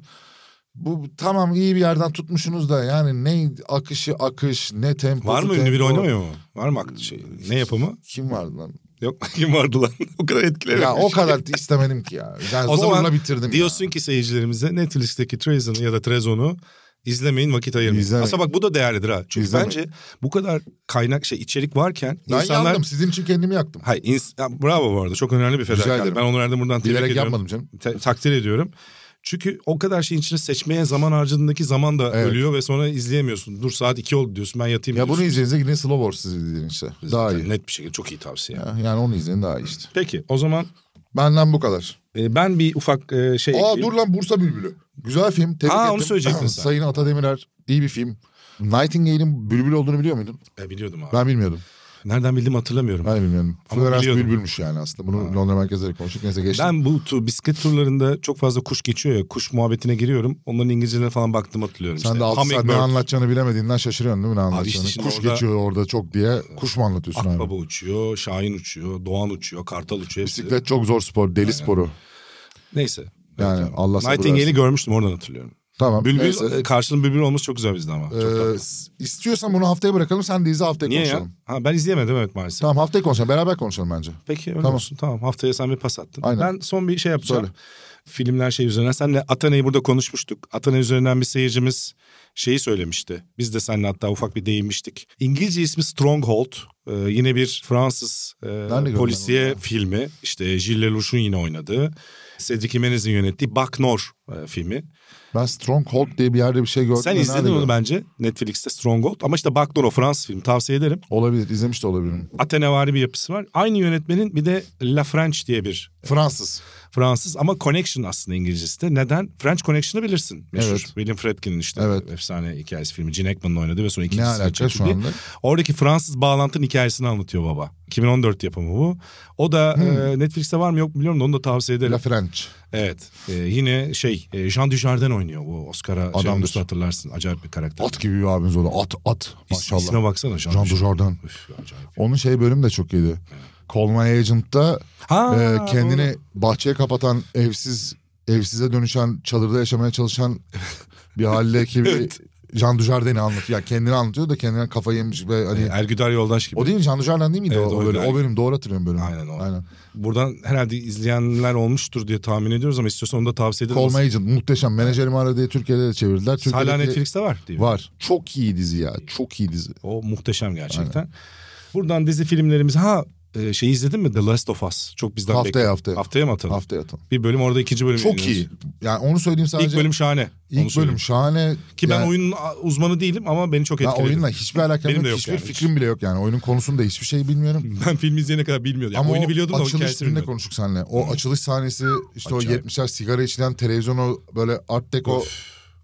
[SPEAKER 3] bu tamam iyi bir yerden tutmuşsunuz da yani ne akışı akış ne tempo.
[SPEAKER 2] Var mı ünlü biri oynamıyor mu? Var mı aklı şey? Ne yapımı?
[SPEAKER 3] Kim vardı lan?
[SPEAKER 2] Yok *laughs* kim vardı lan? o kadar etkilememiş.
[SPEAKER 3] Ya o kadar da istemedim ki ya. Yani
[SPEAKER 2] o
[SPEAKER 3] zorla
[SPEAKER 2] zaman
[SPEAKER 3] bitirdim
[SPEAKER 2] diyorsun
[SPEAKER 3] ya.
[SPEAKER 2] ki seyircilerimize Netflix'teki Treason'ı ya da Trezon'u izlemeyin vakit ayırmayın.
[SPEAKER 3] İzlemeyin.
[SPEAKER 2] Aslında bak bu da değerlidir ha. Çünkü
[SPEAKER 3] İzlemeyin.
[SPEAKER 2] bence bu kadar kaynak şey içerik varken
[SPEAKER 3] Ben
[SPEAKER 2] insanlar...
[SPEAKER 3] yandım sizin için kendimi yaktım.
[SPEAKER 2] Hayır, ins- ya, bravo bu arada çok önemli bir fedakarlık.
[SPEAKER 3] ederim.
[SPEAKER 2] Ben onlardan buradan tebrik
[SPEAKER 3] Bilerek
[SPEAKER 2] ediyorum.
[SPEAKER 3] yapmadım canım.
[SPEAKER 2] Te- takdir ediyorum. Çünkü o kadar şeyin içine seçmeye zaman harcadığındaki zaman da
[SPEAKER 3] Evet.
[SPEAKER 2] ölüyor ve sonra izleyemiyorsun. Dur saat 2 oldu diyorsun ben yatayım
[SPEAKER 3] Ya bunu
[SPEAKER 2] diyorsun.
[SPEAKER 3] izleyeceğinize gidin Slow Wars izleyin işte. Daha
[SPEAKER 2] Zaten
[SPEAKER 3] iyi.
[SPEAKER 2] Net bir şekilde çok iyi tavsiye.
[SPEAKER 3] Ya, Yani onu izleyin daha iyi işte.
[SPEAKER 2] Peki o zaman
[SPEAKER 3] Benden bu kadar.
[SPEAKER 2] e, ben bir ufak e, şey
[SPEAKER 3] Aa
[SPEAKER 2] ekleyeyim.
[SPEAKER 3] dur lan Bursa Bülbülü. Güzel film. Tebrik
[SPEAKER 2] Aa,
[SPEAKER 3] ettim.
[SPEAKER 2] onu söyleyecektin
[SPEAKER 3] *clears throat*
[SPEAKER 2] sen.
[SPEAKER 3] Sayın Atademirer iyi bir film. Nightingale'in bülbül olduğunu biliyor muydun?
[SPEAKER 2] E, biliyordum abi.
[SPEAKER 3] Ben bilmiyordum.
[SPEAKER 2] Nereden bildim hatırlamıyorum.
[SPEAKER 3] Ben de bilmiyordum.
[SPEAKER 2] Ama
[SPEAKER 3] Florence
[SPEAKER 2] biliyordum.
[SPEAKER 3] bülbülmüş yani aslında. Bunu Londra merkezleri konuştuk. Neyse geçtim.
[SPEAKER 2] Ben bu tu, bisiklet turlarında çok fazla kuş geçiyor ya. Kuş muhabbetine giriyorum. Onların İngilizcelerine falan baktım hatırlıyorum.
[SPEAKER 3] Sen
[SPEAKER 2] işte.
[SPEAKER 3] de 6 saat ne
[SPEAKER 2] Hummingbird,
[SPEAKER 3] anlatacağını bilemediğinden şaşırıyorsun değil mi ne
[SPEAKER 2] işte
[SPEAKER 3] anlatacağını?
[SPEAKER 2] şimdi
[SPEAKER 3] kuş
[SPEAKER 2] orada-
[SPEAKER 3] geçiyor orada çok diye. Kuş mu anlatıyorsun abi?
[SPEAKER 2] Akbaba uçuyor, Şahin uçuyor, Doğan uçuyor, Kartal uçuyor. Hepsi.
[SPEAKER 3] Bisiklet çok zor spor. Deli sporu.
[SPEAKER 2] Neyse.
[SPEAKER 3] Yani Allah sabır
[SPEAKER 2] Nightingale'i
[SPEAKER 3] versin.
[SPEAKER 2] görmüştüm oradan hatırlıyorum.
[SPEAKER 3] Tamam.
[SPEAKER 2] Bülbül
[SPEAKER 3] Neyse.
[SPEAKER 2] e, karşılığın bülbül olması çok güzel bizde ama. Çok tatlı.
[SPEAKER 3] Ee, s- istiyorsan bunu haftaya bırakalım. Sen de izle haftaya
[SPEAKER 2] Niye ya?
[SPEAKER 3] konuşalım.
[SPEAKER 2] Ha, ben izleyemedim evet maalesef.
[SPEAKER 3] Tamam haftaya konuşalım. Beraber konuşalım bence.
[SPEAKER 2] Peki öyle
[SPEAKER 3] Tamam.
[SPEAKER 2] olsun. Tamam haftaya sen bir pas attın.
[SPEAKER 3] Aynen.
[SPEAKER 2] Ben son bir şey yapacağım.
[SPEAKER 3] Söyle.
[SPEAKER 2] Filmler şey üzerinden. Senle Atana'yı burada konuşmuştuk. Atana üzerinden bir seyircimiz şeyi söylemişti. Biz de seninle hatta ufak bir değinmiştik. İngilizce ismi Stronghold. Ee, yine bir Fransız e,
[SPEAKER 3] gördüm ben onu
[SPEAKER 2] polisiye
[SPEAKER 3] ya?
[SPEAKER 2] filmi. İşte Gilles Lelouch'un yine oynadığı. Cedric Jimenez'in yönettiği Buck Nor e, filmi.
[SPEAKER 3] Ben Stronghold diye bir yerde bir şey gördüm.
[SPEAKER 2] Sen
[SPEAKER 3] de nerede
[SPEAKER 2] izledin onu
[SPEAKER 3] gördüm?
[SPEAKER 2] bence Netflix'te Stronghold. Ama işte Buck Nor o Fransız film tavsiye ederim.
[SPEAKER 3] Olabilir. izlemiş de olabilirim.
[SPEAKER 2] Atenevari bir yapısı var. Aynı yönetmenin bir de La French diye bir
[SPEAKER 3] Fransız.
[SPEAKER 2] Fransız ama Connection aslında İngilizcesi de. Neden? French Connection'ı bilirsin. Meşhur.
[SPEAKER 3] Evet.
[SPEAKER 2] William Friedkin'in işte
[SPEAKER 3] Evet.
[SPEAKER 2] efsane hikayesi filmi. Gene Hackman'ın oynadığı ve sonra
[SPEAKER 3] Ne
[SPEAKER 2] ikincisi.
[SPEAKER 3] alaka şu anda?
[SPEAKER 2] Oradaki Fransız bağlantının hikayesini anlatıyor baba. 2014 yapımı bu. O da e, Netflix'te var mı yok mu bilmiyorum da onu da tavsiye ederim.
[SPEAKER 3] Hmm. La French.
[SPEAKER 2] Evet. E, yine şey e, Jean Dujardin oynuyor bu Oscar'a.
[SPEAKER 3] Adamdır.
[SPEAKER 2] Şey olmuştu hatırlarsın. Acayip bir karakter.
[SPEAKER 3] At gibi bir abimiz oldu. At at.
[SPEAKER 2] İs-
[SPEAKER 3] Maşallah.
[SPEAKER 2] İsme baksana Jean,
[SPEAKER 3] Jean
[SPEAKER 2] Dujardin.
[SPEAKER 3] Dujardin.
[SPEAKER 2] Üf, acayip.
[SPEAKER 3] Onun şey bölümü de çok iyiydi. Call My Agent'ta
[SPEAKER 2] Ha,
[SPEAKER 3] e, kendini
[SPEAKER 2] doğru.
[SPEAKER 3] bahçeye kapatan evsiz evsize dönüşen çadırda yaşamaya *laughs* çalışan bir haldeki bir Jean Dujardin'i anlatıyor. Yani kendini anlatıyor da kendine kafayı yemiş ve hani
[SPEAKER 2] Ergüdar E, Yoldaş gibi.
[SPEAKER 3] o değil mi? Jean Dujardin değil miydi
[SPEAKER 2] Evet,
[SPEAKER 3] o, o,
[SPEAKER 2] oydu,
[SPEAKER 3] bölüm?
[SPEAKER 2] aynen.
[SPEAKER 3] o bölüm? Doğru hatırlıyorum bölümü.
[SPEAKER 2] Aynen o.
[SPEAKER 3] Aynen.
[SPEAKER 2] Buradan herhalde izleyenler olmuştur diye tahmin ediyoruz ama istiyorsan onu da tavsiye ederim.
[SPEAKER 3] Call My Agent muhteşem. Menajerimi aradı diye Türkiye'de de çevirdiler. Türkiye'deki...
[SPEAKER 2] Hala Netflix'te var değil mi?
[SPEAKER 3] Var. Çok iyi dizi ya. Çok iyi dizi.
[SPEAKER 2] O muhteşem gerçekten. Buradan dizi filmlerimiz ha e, şey izledin mi The Last of Us? Çok bizden
[SPEAKER 3] Haftaya,
[SPEAKER 2] bekliyor.
[SPEAKER 3] haftaya.
[SPEAKER 2] Haftaya mı atalım?
[SPEAKER 3] Haftaya atalım.
[SPEAKER 2] Bir bölüm orada ikinci bölüm.
[SPEAKER 3] Çok
[SPEAKER 2] yayınlıyoruz.
[SPEAKER 3] iyi. Yani onu söyleyeyim sadece.
[SPEAKER 2] İlk bölüm şahane.
[SPEAKER 3] İlk
[SPEAKER 2] Onu söyleyeyim.
[SPEAKER 3] bölüm şahane.
[SPEAKER 2] Ki ben
[SPEAKER 3] Yani-
[SPEAKER 2] oyunun a- uzmanı değilim ama beni çok
[SPEAKER 3] Ben
[SPEAKER 2] etkiledi.
[SPEAKER 3] oyunla hiçbir alakam
[SPEAKER 2] Benim
[SPEAKER 3] yok.
[SPEAKER 2] de yok
[SPEAKER 3] hiçbir
[SPEAKER 2] yani.
[SPEAKER 3] fikrim bile yok yani. Oyunun konusunda hiçbir şey bilmiyorum.
[SPEAKER 2] *laughs* Ben filmi izleyene kadar bilmiyordum. Yani
[SPEAKER 3] Ama
[SPEAKER 2] oyunu
[SPEAKER 3] o
[SPEAKER 2] biliyordum da o
[SPEAKER 3] açılış
[SPEAKER 2] hikayesini
[SPEAKER 3] filminde
[SPEAKER 2] bilmiyordum.
[SPEAKER 3] konuştuk seninle. O açılış sahnesi işte
[SPEAKER 2] Acayip.
[SPEAKER 3] o 70'ler sigara içilen televizyonu böyle art deko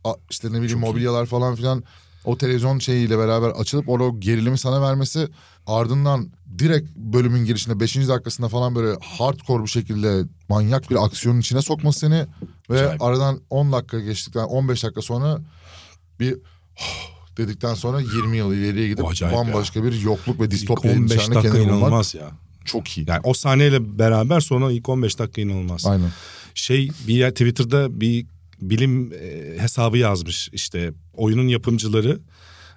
[SPEAKER 3] a- işte ne bileyim mobilyalar falan filan o televizyon şeyiyle beraber açılıp orada o gerilimi sana vermesi ardından direkt bölümün girişinde 5. dakikasında falan böyle hardcore bir şekilde manyak bir aksiyonun içine sokması seni ve
[SPEAKER 2] Acayip.
[SPEAKER 3] aradan 10 dakika geçtikten 15 dakika sonra bir "Oh!" dedikten sonra 20 yıl ileriye gidip
[SPEAKER 2] O acayip ya.
[SPEAKER 3] bambaşka bir yokluk ve
[SPEAKER 2] İlk
[SPEAKER 3] distopya
[SPEAKER 2] 15
[SPEAKER 3] endişelerine
[SPEAKER 2] dakika
[SPEAKER 3] kendini bulmak
[SPEAKER 2] inanılmaz ya.
[SPEAKER 3] çok iyi.
[SPEAKER 2] Yani o sahneyle beraber sonra ilk 15 dakika inanılmaz.
[SPEAKER 3] Aynen.
[SPEAKER 2] şey bir yer Twitter'da bir bilim e, hesabı yazmış işte oyunun yapımcıları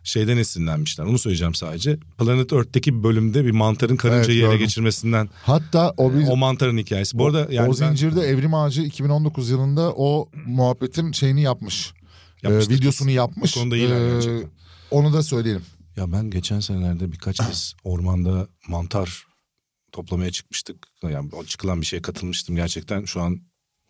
[SPEAKER 2] şeyden esinlenmişler. Onu söyleyeceğim sadece. Planet Earth'teki bir bölümde bir mantarın karıncayı
[SPEAKER 3] Evet,
[SPEAKER 2] ele
[SPEAKER 3] gördüm.
[SPEAKER 2] geçirmesinden
[SPEAKER 3] Hatta o bir
[SPEAKER 2] Ee, o mantarın hikayesi. Bu arada yani
[SPEAKER 3] o
[SPEAKER 2] ben-
[SPEAKER 3] zincirde Evrim Ağacı 2019 yılında o muhabbetin şeyini yapmış. Ee,
[SPEAKER 2] Yapmıştır.
[SPEAKER 3] videosunu yapmış.
[SPEAKER 2] Bu konuda iyiler
[SPEAKER 3] Ee,
[SPEAKER 2] gerçekten.
[SPEAKER 3] Onu da söyleyelim.
[SPEAKER 2] ya ben geçen senelerde birkaç kez *clears throat* ormanda mantar toplamaya çıkmıştık. Yani o çıkılan bir şeye katılmıştım gerçekten. Şu an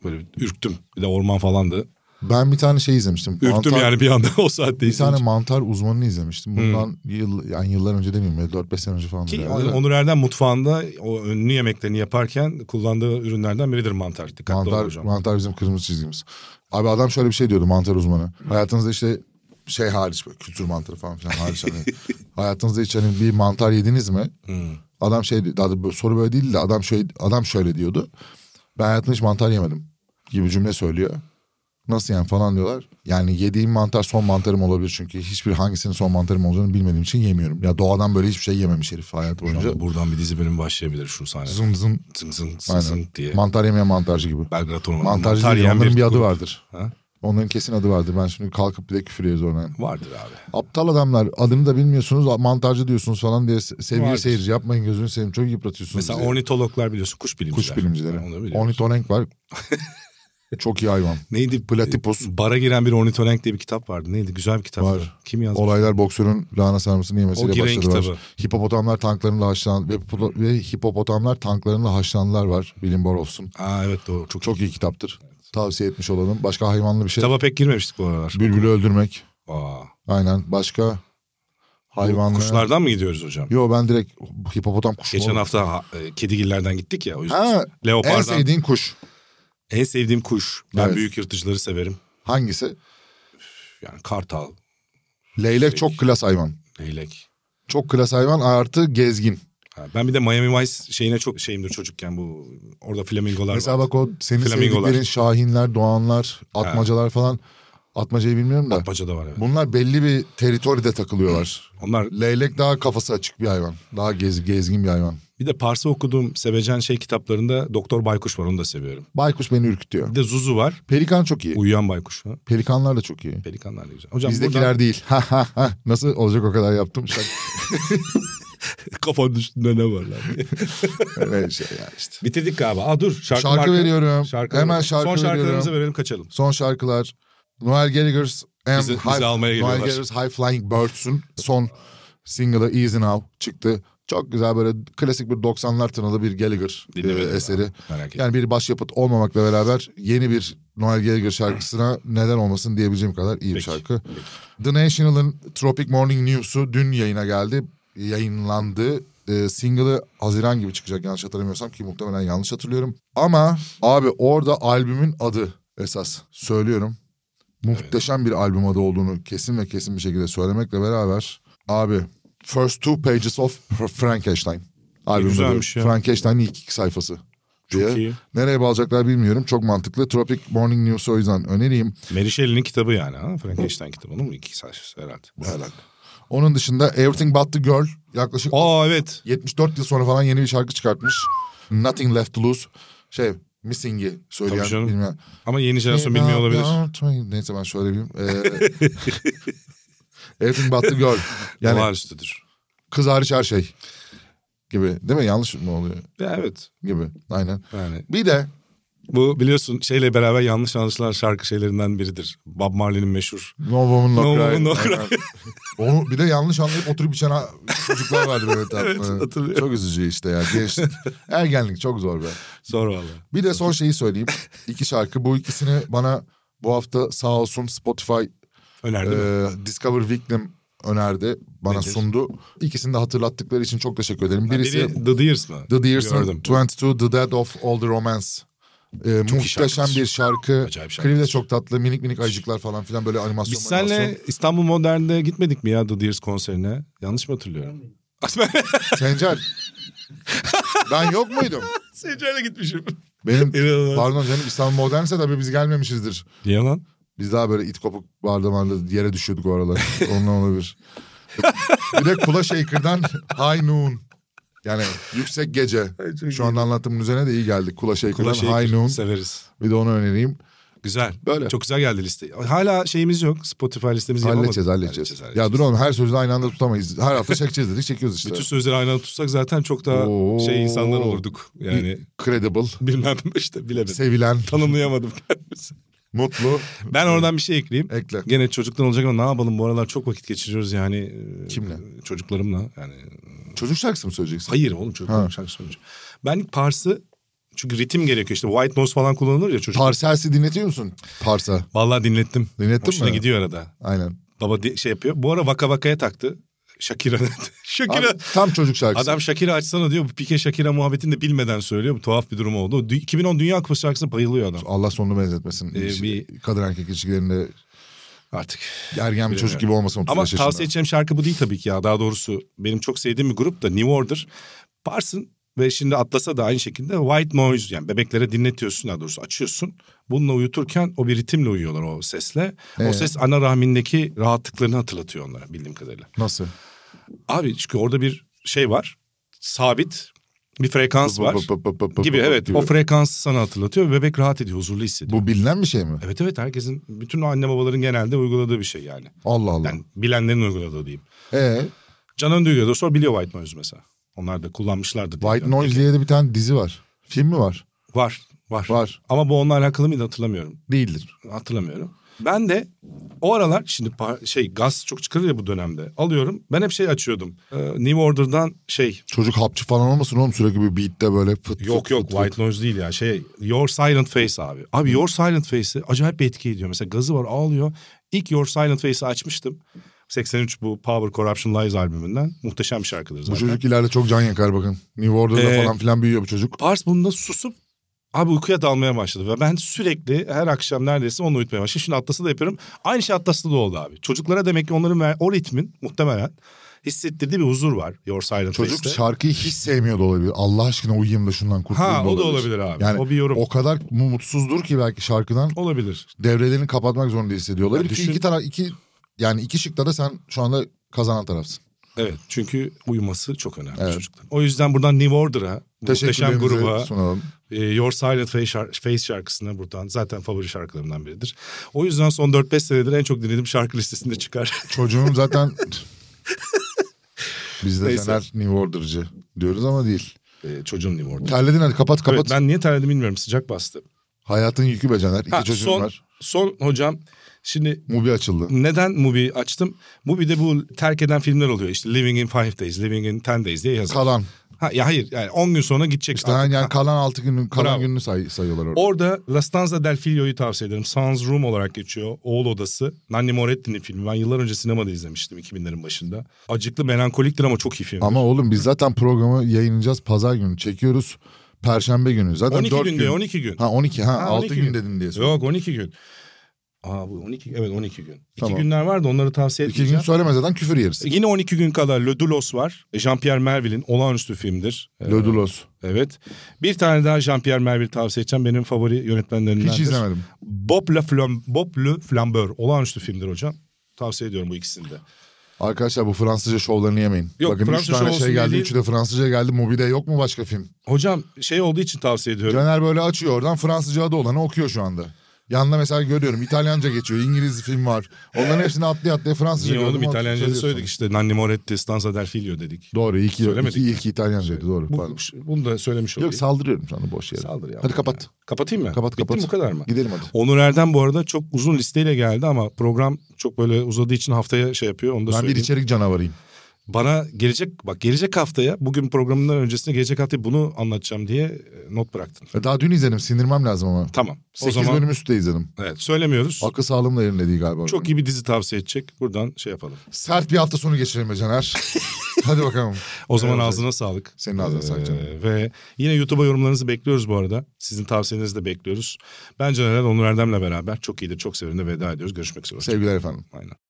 [SPEAKER 2] böyle bir ürktüm. Bir de orman falandı.
[SPEAKER 3] Ben bir tane şey izlemiştim.
[SPEAKER 2] Ürktüm
[SPEAKER 3] Mantar-
[SPEAKER 2] yani bir anda *laughs* o saatte.
[SPEAKER 3] Bir tane
[SPEAKER 2] izleyince.
[SPEAKER 3] mantar uzmanını izlemiştim. Bundan yıl, yani yıllar önce demeyeyim. ya, 4-5 sene önce falan.
[SPEAKER 2] Ki
[SPEAKER 3] herhalde.
[SPEAKER 2] Onur Erdem mutfağında o ünlü yemeklerini yaparken kullandığı ürünlerden biridir mantar. Dikkatli ol
[SPEAKER 3] mantar,
[SPEAKER 2] hocam.
[SPEAKER 3] mantar bizim kırmızı çizgimiz. Abi adam şöyle bir şey diyordu mantar uzmanı. Hayatınızda işte şey hariç böyle kültür mantarı falan filan
[SPEAKER 2] *laughs*
[SPEAKER 3] hariç. hani, hayatınızda hiç hani bir mantar yediniz mi?
[SPEAKER 2] Hmm.
[SPEAKER 3] Adam şey daha da soru böyle değildi de adam şöyle adam şöyle diyordu. Ben hayatımda hiç mantar yemedim gibi cümle söylüyor. Nasıl yani falan diyorlar. Yani yediğim mantar son mantarım olabilir çünkü hiçbir hangisinin son mantarım olacağını bilmediğim için yemiyorum. Ya doğadan böyle hiçbir şey yememiş herif hayat
[SPEAKER 2] Şu
[SPEAKER 3] boyunca.
[SPEAKER 2] anda buradan bir dizi bölümü başlayabilir şu sahne.
[SPEAKER 3] Zın zın
[SPEAKER 2] Zın zın zın
[SPEAKER 3] aynen.
[SPEAKER 2] zın diye.
[SPEAKER 3] Mantar yemeyen mantarcı gibi.
[SPEAKER 2] Belgrad Ormanı.
[SPEAKER 3] Mantarcı
[SPEAKER 2] Mantar
[SPEAKER 3] değil,
[SPEAKER 2] yiyen
[SPEAKER 3] onların bir adı
[SPEAKER 2] grup.
[SPEAKER 3] vardır.
[SPEAKER 2] Ha?
[SPEAKER 3] Onların kesin adı vardır. Ben şimdi kalkıp bir de küfür yeriz ona.
[SPEAKER 2] Vardır abi.
[SPEAKER 3] Aptal adamlar adını da bilmiyorsunuz mantarcı diyorsunuz falan diye se- sevgili
[SPEAKER 2] Vardır.
[SPEAKER 3] seyirci yapmayın gözünü seveyim çok yıpratıyorsunuz.
[SPEAKER 2] Mesela
[SPEAKER 3] bizi.
[SPEAKER 2] ornitologlar biliyorsun kuş bilimciler.
[SPEAKER 3] Kuş bilimcileri.
[SPEAKER 2] Onu biliyorum.
[SPEAKER 3] Ornitorenk var.
[SPEAKER 2] *laughs*
[SPEAKER 3] çok iyi hayvan.
[SPEAKER 2] Neydi?
[SPEAKER 3] Platypus.
[SPEAKER 2] Bara giren bir ornitorenk diye bir kitap vardı. Neydi? Güzel bir kitap.
[SPEAKER 3] Var.
[SPEAKER 2] Kim yazmış?
[SPEAKER 3] Olaylar boksörün lahana sarmasını
[SPEAKER 2] O
[SPEAKER 3] yemesiyle
[SPEAKER 2] giren
[SPEAKER 3] başladı. var.
[SPEAKER 2] kitabı.
[SPEAKER 3] Hipopotamlar tanklarıyla haşlan ve, pulo- ve hipopotamlar tanklarıyla haşlananlar var. Bilim bor olsun.
[SPEAKER 2] Aa evet doğru. Çok,
[SPEAKER 3] Çok iyi kitaptır. Tavsiye etmiş olalım. Başka hayvanlı bir şey.
[SPEAKER 2] Kitaba pek girmemiştik bu aralar.
[SPEAKER 3] Bülbülü öldürmek.
[SPEAKER 2] Aa.
[SPEAKER 3] Aynen. Başka hayvanlı.
[SPEAKER 2] Kuşlardan mı gidiyoruz hocam?
[SPEAKER 3] Yo ben direkt hipopotam kuşu.
[SPEAKER 2] Geçen
[SPEAKER 3] oldum.
[SPEAKER 2] hafta ha, e, kedigillerden gittik ya. O yüzden.
[SPEAKER 3] Ha, en
[SPEAKER 2] Leopardan. En,
[SPEAKER 3] sevdiğin kuş
[SPEAKER 2] sevdiğim kuş. Ben
[SPEAKER 3] Evet.
[SPEAKER 2] büyük yırtıcıları severim.
[SPEAKER 3] hangisi?
[SPEAKER 2] Yani kartal,
[SPEAKER 3] Leylek çok klas hayvan.
[SPEAKER 2] leylek.
[SPEAKER 3] Çok klas hayvan artı gezgin.
[SPEAKER 2] Ha, Ben bir de Miami Vice şeyine çok şeyimdir çocukken bu. Orada flamingolar
[SPEAKER 3] Mesela
[SPEAKER 2] vardı.
[SPEAKER 3] bak o senin
[SPEAKER 2] Flamingolar.
[SPEAKER 3] sevdiklerin şahinler, doğanlar, atmacalar falan. Atmacayı bilmiyorum da.
[SPEAKER 2] Atmaca da var evet.
[SPEAKER 3] Bunlar belli bir teritoride takılıyorlar.
[SPEAKER 2] Onlar
[SPEAKER 3] Leylek daha kafası açık bir hayvan. Daha gez, gezgin bir hayvan.
[SPEAKER 2] bir de Pars'ı okuduğum Sevecen şey kitaplarında Doktor Baykuş var onu da seviyorum.
[SPEAKER 3] Baykuş beni ürkütüyor.
[SPEAKER 2] Bir de Zuzu var.
[SPEAKER 3] Pelikan çok iyi.
[SPEAKER 2] Uyuyan Baykuş var.
[SPEAKER 3] Pelikanlar da çok iyi.
[SPEAKER 2] Pelikanlar da güzel. Hocam
[SPEAKER 3] Bizdekiler
[SPEAKER 2] buradan *laughs*
[SPEAKER 3] değil. Ha ha ha. Nasıl olacak o kadar yaptım. Şak-
[SPEAKER 2] kafanın üstünde ne var lan?
[SPEAKER 3] *laughs* *laughs* Öyle bir şey ya işte.
[SPEAKER 2] Bitirdik galiba. Aa dur şarkı,
[SPEAKER 3] Şarkı
[SPEAKER 2] marka-
[SPEAKER 3] veriyorum.
[SPEAKER 2] Şarkı
[SPEAKER 3] Hemen
[SPEAKER 2] veriyorum.
[SPEAKER 3] şarkı
[SPEAKER 2] Son şarkılarımızı
[SPEAKER 3] veriyorum.
[SPEAKER 2] verelim kaçalım.
[SPEAKER 3] Son şarkılar. Noel Gallagher's and
[SPEAKER 2] Bizi- bizi
[SPEAKER 3] High,
[SPEAKER 2] almaya
[SPEAKER 3] Noel
[SPEAKER 2] geliyorlar.
[SPEAKER 3] Gallagher's High Flying Birds'ün son single'ı Easy Now çıktı. Çok güzel böyle klasik bir 90'lar tınılı bir Gallagher e,
[SPEAKER 2] Dinlemedim ben.
[SPEAKER 3] eseri.
[SPEAKER 2] Merak etme.
[SPEAKER 3] Yani bir başyapıt olmamakla beraber yeni bir Noel Gallagher şarkısına neden olmasın diyebileceğim kadar iyi bir
[SPEAKER 2] Peki,
[SPEAKER 3] şarkı. The National'ın Tropic Morning News'u dün yayına geldi. Yayınlandı. Ee, single'ı Haziran gibi çıkacak yanlış hatırlamıyorsam ki muhtemelen yanlış hatırlıyorum. Ama abi orada albümün adı esas söylüyorum. Muhteşem bir albüm adı olduğunu kesin ve kesin bir şekilde söylemekle beraber abi First Two Pages of Fra- Frankenstein albümü.
[SPEAKER 2] güzelmiş ya.
[SPEAKER 3] Frankenstein'in ilk iki sayfası. diye.
[SPEAKER 2] iyi.
[SPEAKER 3] Nereye bağlayacaklar bilmiyorum. Çok mantıklı. Tropic Morning News'u o yüzden önereyim.
[SPEAKER 2] Mary Shelley'nin kitabı yani. Ha? Frankenstein kitabı. Onun mu iki sayfası herhalde?
[SPEAKER 3] Onun dışında Everything But The Girl yaklaşık
[SPEAKER 2] Aa evet.
[SPEAKER 3] 74 yıl sonra falan yeni bir şarkı çıkartmış. Nothing Left To Lose. Şey Missing'i söyleyen.
[SPEAKER 2] Tabii canım.
[SPEAKER 3] Bilmem.
[SPEAKER 2] Ama
[SPEAKER 3] Şey
[SPEAKER 2] yeni jenerasyon bilmiyor olabilir.
[SPEAKER 3] Neyse ben şöyle bileyim. Ee, *laughs* Everything But The Girl.
[SPEAKER 2] Yani...
[SPEAKER 3] Yani
[SPEAKER 2] Olağanüstüdür.
[SPEAKER 3] kız hariç her şey gibi. Değil mi? Yanlış mı oluyor?
[SPEAKER 2] Ya evet.
[SPEAKER 3] Gibi. Aynen.
[SPEAKER 2] Yani
[SPEAKER 3] Bir de
[SPEAKER 2] bu biliyorsun şeyle beraber yanlış anlaşılan şarkı şeylerinden biridir. Bob Marley'nin meşhur.
[SPEAKER 3] No Woman No,
[SPEAKER 2] No
[SPEAKER 3] Cry.
[SPEAKER 2] Woman, No
[SPEAKER 3] Aynen. *laughs* Onu bir de yanlış anlayıp oturup içen ha- çocuklar
[SPEAKER 2] *laughs*
[SPEAKER 3] vardı böyle tatlı.
[SPEAKER 2] hatırlıyorum.
[SPEAKER 3] Çok üzücü işte ya. Gençlik. Ergenlik çok zor be.
[SPEAKER 2] Zor valla.
[SPEAKER 3] Bir de son şeyi söyleyeyim. İki şarkı. Bu ikisini bana bu hafta sağ olsun Spotify
[SPEAKER 2] Önerdi mi?
[SPEAKER 3] e, Discover Victim önerdi. Bana
[SPEAKER 2] Nedir?
[SPEAKER 3] sundu. İkisini de hatırlattıkları için çok teşekkür ederim. Birisi
[SPEAKER 2] Biri The Deers mı?
[SPEAKER 3] The Dears'ın
[SPEAKER 2] Gördüm.
[SPEAKER 3] 22 The Dead of All The Romance. E, muhteşem
[SPEAKER 2] şarkıdır.
[SPEAKER 3] bir şarkı.
[SPEAKER 2] Acayip şarkı.
[SPEAKER 3] Klibi de çok tatlı. Minik minik ayıcıklar falan filan böyle animasyon.
[SPEAKER 2] Biz
[SPEAKER 3] animasyon.
[SPEAKER 2] senle İstanbul Modern'de gitmedik mi ya The Deers konserine? Yanlış mı hatırlıyorum?
[SPEAKER 3] Sencer. ben yok muydum?
[SPEAKER 2] Seyircilerle gitmişim. *laughs*
[SPEAKER 3] Benim
[SPEAKER 2] İnanılmaz.
[SPEAKER 3] pardon canım İstanbul Modernse tabii biz gelmemişizdir.
[SPEAKER 2] Niye lan?
[SPEAKER 3] Biz daha böyle it kopuk barda barda yere düşüyorduk o aralar. Ondan olabilir. bir de Kula Shaker'dan High Noon. Yani yüksek gece. Şu anda anlattığımın üzerine de iyi geldik. Kula Shaker'dan
[SPEAKER 2] Kula
[SPEAKER 3] High Noon.
[SPEAKER 2] şey severiz.
[SPEAKER 3] Bir de onu önereyim.
[SPEAKER 2] Güzel.
[SPEAKER 3] Böyle.
[SPEAKER 2] Çok güzel geldi liste. Hala şeyimiz yok. Spotify listemizi
[SPEAKER 3] Halledeceğiz, halledeceğiz,
[SPEAKER 2] yapamadık.
[SPEAKER 3] Ya dur oğlum her sözü aynı anda tutamayız. Her hafta çekeceğiz dedik çekiyoruz işte.
[SPEAKER 2] Bütün sözleri aynı anda tutsak zaten çok daha
[SPEAKER 3] Oo.
[SPEAKER 2] şey insanlar olurduk. Yani
[SPEAKER 3] Credible,
[SPEAKER 2] bilmem işte bilemedim.
[SPEAKER 3] sevilen,
[SPEAKER 2] Tanımlayamadım kendimizi.
[SPEAKER 3] mutlu.
[SPEAKER 2] Ben oradan bir şey ekleyeyim.
[SPEAKER 3] Ekle.
[SPEAKER 2] Gene çocuktan olacak ama ne yapalım bu aralar çok vakit geçiriyoruz yani. e,
[SPEAKER 3] Kimle?
[SPEAKER 2] Çocuklarımla yani.
[SPEAKER 3] Çocuk şarkısı mı söyleyeceksin?
[SPEAKER 2] Hayır oğlum çocuklarım
[SPEAKER 3] Ha.
[SPEAKER 2] şarkı söyleyeceğim. Ben Pars'ı çünkü ritim gerekiyor işte white noise falan kullanılır ya çocuk.
[SPEAKER 3] Parselsi dinletiyor musun? Parsa.
[SPEAKER 2] Vallahi dinlettim.
[SPEAKER 3] Dinlettin
[SPEAKER 2] Hoşuna
[SPEAKER 3] mi?
[SPEAKER 2] gidiyor arada.
[SPEAKER 3] Aynen.
[SPEAKER 2] Baba di- şey yapıyor. Bu ara vaka vakaya taktı. Shakira. *laughs* Shakira.
[SPEAKER 3] Abi, tam çocuk şarkısı.
[SPEAKER 2] Adam Shakira açsana diyor. Bu Pike Shakira muhabbetini de bilmeden söylüyor. Bu tuhaf bir durum oldu. Dü- 2010 Dünya Kupası şarkısına bayılıyor adam.
[SPEAKER 3] Allah sonunu benzetmesin.
[SPEAKER 2] Ee,
[SPEAKER 3] İlişki-
[SPEAKER 2] bir-
[SPEAKER 3] Kadın erkek ilişkilerinde
[SPEAKER 2] Artık.
[SPEAKER 3] ergen bir çocuk gibi olmasın.
[SPEAKER 2] Ama
[SPEAKER 3] 35 yaşında.
[SPEAKER 2] tavsiye edeceğim şarkı bu değil tabii ki ya. Daha doğrusu benim çok sevdiğim bir grup da New Order. Parsın ve şimdi Atlas'a da aynı şekilde White Noise yani bebeklere dinletiyorsun daha doğrusu açıyorsun. Bununla uyuturken o bir ritimle uyuyorlar o sesle. O
[SPEAKER 3] Ee?
[SPEAKER 2] ses ana rahmindeki rahatlıklarını hatırlatıyor onlara bildiğim kadarıyla.
[SPEAKER 3] Nasıl?
[SPEAKER 2] Abi çünkü orada bir şey var. Sabit bir frekans var.
[SPEAKER 3] Pı- pı- pı- pı- pı-
[SPEAKER 2] Gibi
[SPEAKER 3] pı- pı-
[SPEAKER 2] evet
[SPEAKER 3] gibi.
[SPEAKER 2] o frekansı sana hatırlatıyor ve bebek rahat ediyor huzurlu hissediyor.
[SPEAKER 3] Bu bilinen bir şey mi?
[SPEAKER 2] Evet evet herkesin bütün anne babaların genelde uyguladığı bir şey yani.
[SPEAKER 3] Allah Allah.
[SPEAKER 2] Yani bilenlerin uyguladığı diyeyim.
[SPEAKER 3] Ee,
[SPEAKER 2] Can Öndüğü sonra biliyor White Noise mesela. Onlar da kullanmışlardır.
[SPEAKER 3] White
[SPEAKER 2] Yani.
[SPEAKER 3] Noise diye de bir tane dizi var. Film mi var?
[SPEAKER 2] Var, var.
[SPEAKER 3] Var.
[SPEAKER 2] Ama bu onunla alakalı mıydı hatırlamıyorum.
[SPEAKER 3] Değildir.
[SPEAKER 2] Hatırlamıyorum. Ben de o aralar şimdi par- şey gaz çok çıkarır ya bu dönemde. Alıyorum. Ben hep şey açıyordum. Ee, New Order'dan şey
[SPEAKER 3] Çocuk hapçı falan olmasın oğlum sürekli bir beatte böyle fıt fıt
[SPEAKER 2] Yok yok
[SPEAKER 3] fıt fıt.
[SPEAKER 2] White Noise değil ya şey Your Silent Face abi. Abi Your Silent Face'i acayip bir etki ediyor. Mesela gazı var ağlıyor. İlk Your Silent Face'i açmıştım. 83 bu Power Corruption Lies albümünden. Muhteşem bir şarkıdır zaten.
[SPEAKER 3] Bu çocuk ileride çok can yakar bakın. New Order'da
[SPEAKER 2] Ee,
[SPEAKER 3] falan filan büyüyor bu çocuk.
[SPEAKER 2] Pars bunda susup abi uykuya dalmaya başladı. Ve ben sürekli her akşam neredeyse onu uyutmaya başladım. Şimdi Atlas'ı da yapıyorum. Aynı şey Atlas'ta da oldu abi. Çocuklara demek ki onların ver- o ritmin muhtemelen hissettirdiği bir huzur var. Your Silent
[SPEAKER 3] Çocuk
[SPEAKER 2] Face'te.
[SPEAKER 3] şarkıyı hiç sevmiyor da olabilir. Allah aşkına uyuyayım da şundan kurtulayım
[SPEAKER 2] Ha
[SPEAKER 3] da
[SPEAKER 2] o da
[SPEAKER 3] olabilir.
[SPEAKER 2] olabilir abi.
[SPEAKER 3] Yani
[SPEAKER 2] o bir yorum.
[SPEAKER 3] O kadar mu- mutsuzdur ki belki şarkıdan
[SPEAKER 2] Olabilir.
[SPEAKER 3] devrelerini kapatmak zorunda hissediyorlar.
[SPEAKER 2] Ya
[SPEAKER 3] Çünkü
[SPEAKER 2] düşün-
[SPEAKER 3] iki taraf iki yani iki şıkta da sen şu anda kazanan tarafsın.
[SPEAKER 2] Evet çünkü uyuması çok önemli
[SPEAKER 3] Evet.
[SPEAKER 2] çocuklar. O yüzden buradan New Order'a, bu muhteşem
[SPEAKER 3] Teşekkürlerimizi
[SPEAKER 2] gruba,
[SPEAKER 3] sunalım.
[SPEAKER 2] e, Your Silent Face, şar- Face şarkısına buradan zaten favori şarkılarımdan biridir. O yüzden son 4-5 senedir en çok dinlediğim şarkı listesinde çıkar. *laughs*
[SPEAKER 3] Çocuğun zaten biz de
[SPEAKER 2] Neyse.
[SPEAKER 3] Fener New Order'cı diyoruz ama değil.
[SPEAKER 2] E, çocuğum New Order.
[SPEAKER 3] Terledin hadi kapat kapat.
[SPEAKER 2] Evet, ben niye terledim bilmiyorum sıcak bastı.
[SPEAKER 3] Hayatın yükü be Caner. İki
[SPEAKER 2] Ha,
[SPEAKER 3] çocuğun
[SPEAKER 2] son,
[SPEAKER 3] var.
[SPEAKER 2] son hocam şimdi
[SPEAKER 3] Mubi açıldı.
[SPEAKER 2] neden Mubi açtım? Mubi'de bu terk eden filmler oluyor. İşte Living in Five Days, Living in Ten Days diye yazıyor.
[SPEAKER 3] Kalan.
[SPEAKER 2] Ha, ya hayır yani 10 gün sonra gidecek.
[SPEAKER 3] İşte
[SPEAKER 2] artık.
[SPEAKER 3] yani
[SPEAKER 2] Ha,
[SPEAKER 3] kalan altı günün kalan
[SPEAKER 2] Bravo.
[SPEAKER 3] gününü say- sayıyorlar orada.
[SPEAKER 2] Orada La Stanza del Figlio'yu tavsiye ederim. Sans Room olarak geçiyor. Oğul Odası. Nanni Moretti'nin filmi. Ben yıllar önce sinemada izlemiştim 2000'lerin başında. Acıklı, melankoliktir ama çok iyi film.
[SPEAKER 3] Ama oğlum biz zaten programı yayınlayacağız pazar günü çekiyoruz. Perşembe günü. Zaten
[SPEAKER 2] 12
[SPEAKER 3] dört
[SPEAKER 2] gün diyor, 12 gün.
[SPEAKER 3] Ha 12 ha,
[SPEAKER 2] Ha,
[SPEAKER 3] 6
[SPEAKER 2] 12
[SPEAKER 3] gün,
[SPEAKER 2] gün.
[SPEAKER 3] dedin diye.
[SPEAKER 2] Yok 12 gün. Aa bu 12 evet 12 gün.
[SPEAKER 3] Tamam.
[SPEAKER 2] İki günler vardı onları tavsiye
[SPEAKER 3] 2 gün
[SPEAKER 2] edeceğim.
[SPEAKER 3] söyleme zaten küfür yeriz.
[SPEAKER 2] Yine 12 gün kadar Le Dulos var. E, Jean-Pierre Melville'in olağanüstü filmdir. Ee,
[SPEAKER 3] Lodulos.
[SPEAKER 2] Evet. Bir tane daha Jean-Pierre Melville tavsiye edeceğim. Benim favori yönetmenlerimdendir.
[SPEAKER 3] Hiç izlemedim.
[SPEAKER 2] Bob Le, Flam, Bob Le Flambeur. Olağanüstü filmdir hocam. Tavsiye ediyorum bu ikisini de.
[SPEAKER 3] Arkadaşlar bu Fransızca şovlarını yemeyin.
[SPEAKER 2] Yok,
[SPEAKER 3] Bakın üç
[SPEAKER 2] Fransızca
[SPEAKER 3] tane
[SPEAKER 2] olsun
[SPEAKER 3] şey
[SPEAKER 2] diye
[SPEAKER 3] geldi.
[SPEAKER 2] değil.
[SPEAKER 3] Üçü de Fransızca geldi. Mubi'de yok mu başka film?
[SPEAKER 2] Hocam şey olduğu için tavsiye ediyorum.
[SPEAKER 3] Caner böyle açıyor oradan Fransızca adı olanı okuyor şu anda. Yanında mesela görüyorum İtalyanca geçiyor. İngiliz film var. Onların hepsini atlaya atlaya Fransızca
[SPEAKER 2] Niye oğlum
[SPEAKER 3] gördüm,
[SPEAKER 2] İtalyanca'yı
[SPEAKER 3] söylüyorsun.
[SPEAKER 2] söyledik işte. Nanni Moretti, Stanza del Figlio dedik.
[SPEAKER 3] Doğru ilki,
[SPEAKER 2] Söylemedik
[SPEAKER 3] iki, ilki İtalyancaydı doğru.
[SPEAKER 2] Bu,
[SPEAKER 3] pardon.
[SPEAKER 2] bunu da söylemiş olayım.
[SPEAKER 3] Yok saldırıyorum sana boş yere.
[SPEAKER 2] Saldır ya.
[SPEAKER 3] Hadi kapat.
[SPEAKER 2] Kapatayım mı?
[SPEAKER 3] Kapat
[SPEAKER 2] Bitti
[SPEAKER 3] kapat.
[SPEAKER 2] mi bu kadar mı?
[SPEAKER 3] Gidelim hadi.
[SPEAKER 2] Onur Erdem bu arada çok uzun listeyle geldi ama program çok böyle uzadığı için haftaya şey yapıyor. Onu da
[SPEAKER 3] Ben bir
[SPEAKER 2] söyleyeyim.
[SPEAKER 3] içerik canavarıyım.
[SPEAKER 2] Bana gelecek bak gelecek haftaya bugün programından öncesinde gelecek haftaya bunu anlatacağım diye e, not bıraktın.
[SPEAKER 3] E, Daha dün izledim sindirmem lazım ama.
[SPEAKER 2] Tamam. O
[SPEAKER 3] 8
[SPEAKER 2] zaman
[SPEAKER 3] bölüm üstte izledim.
[SPEAKER 2] evet söylemiyoruz.
[SPEAKER 3] Akıl sağlığımla yerinde değil galiba.
[SPEAKER 2] Çok iyi bir dizi tavsiye edecek. Buradan şey yapalım.
[SPEAKER 3] Sert bir hafta sonu geçirelim
[SPEAKER 2] *laughs*
[SPEAKER 3] be Caner. hadi bakalım.
[SPEAKER 2] O zaman
[SPEAKER 3] Evet,
[SPEAKER 2] ağzına sağlık. Ee,
[SPEAKER 3] Senin ağzına sağlık canım.
[SPEAKER 2] Ve yine YouTube'a yorumlarınızı bekliyoruz bu arada. Sizin tavsiyenizi de bekliyoruz. Ben Caner Onur Erdem'le beraber çok iyidir, çok sevimli veda ediyoruz. Görüşmek üzere.
[SPEAKER 3] Sevgiler efendim.
[SPEAKER 2] Aynen.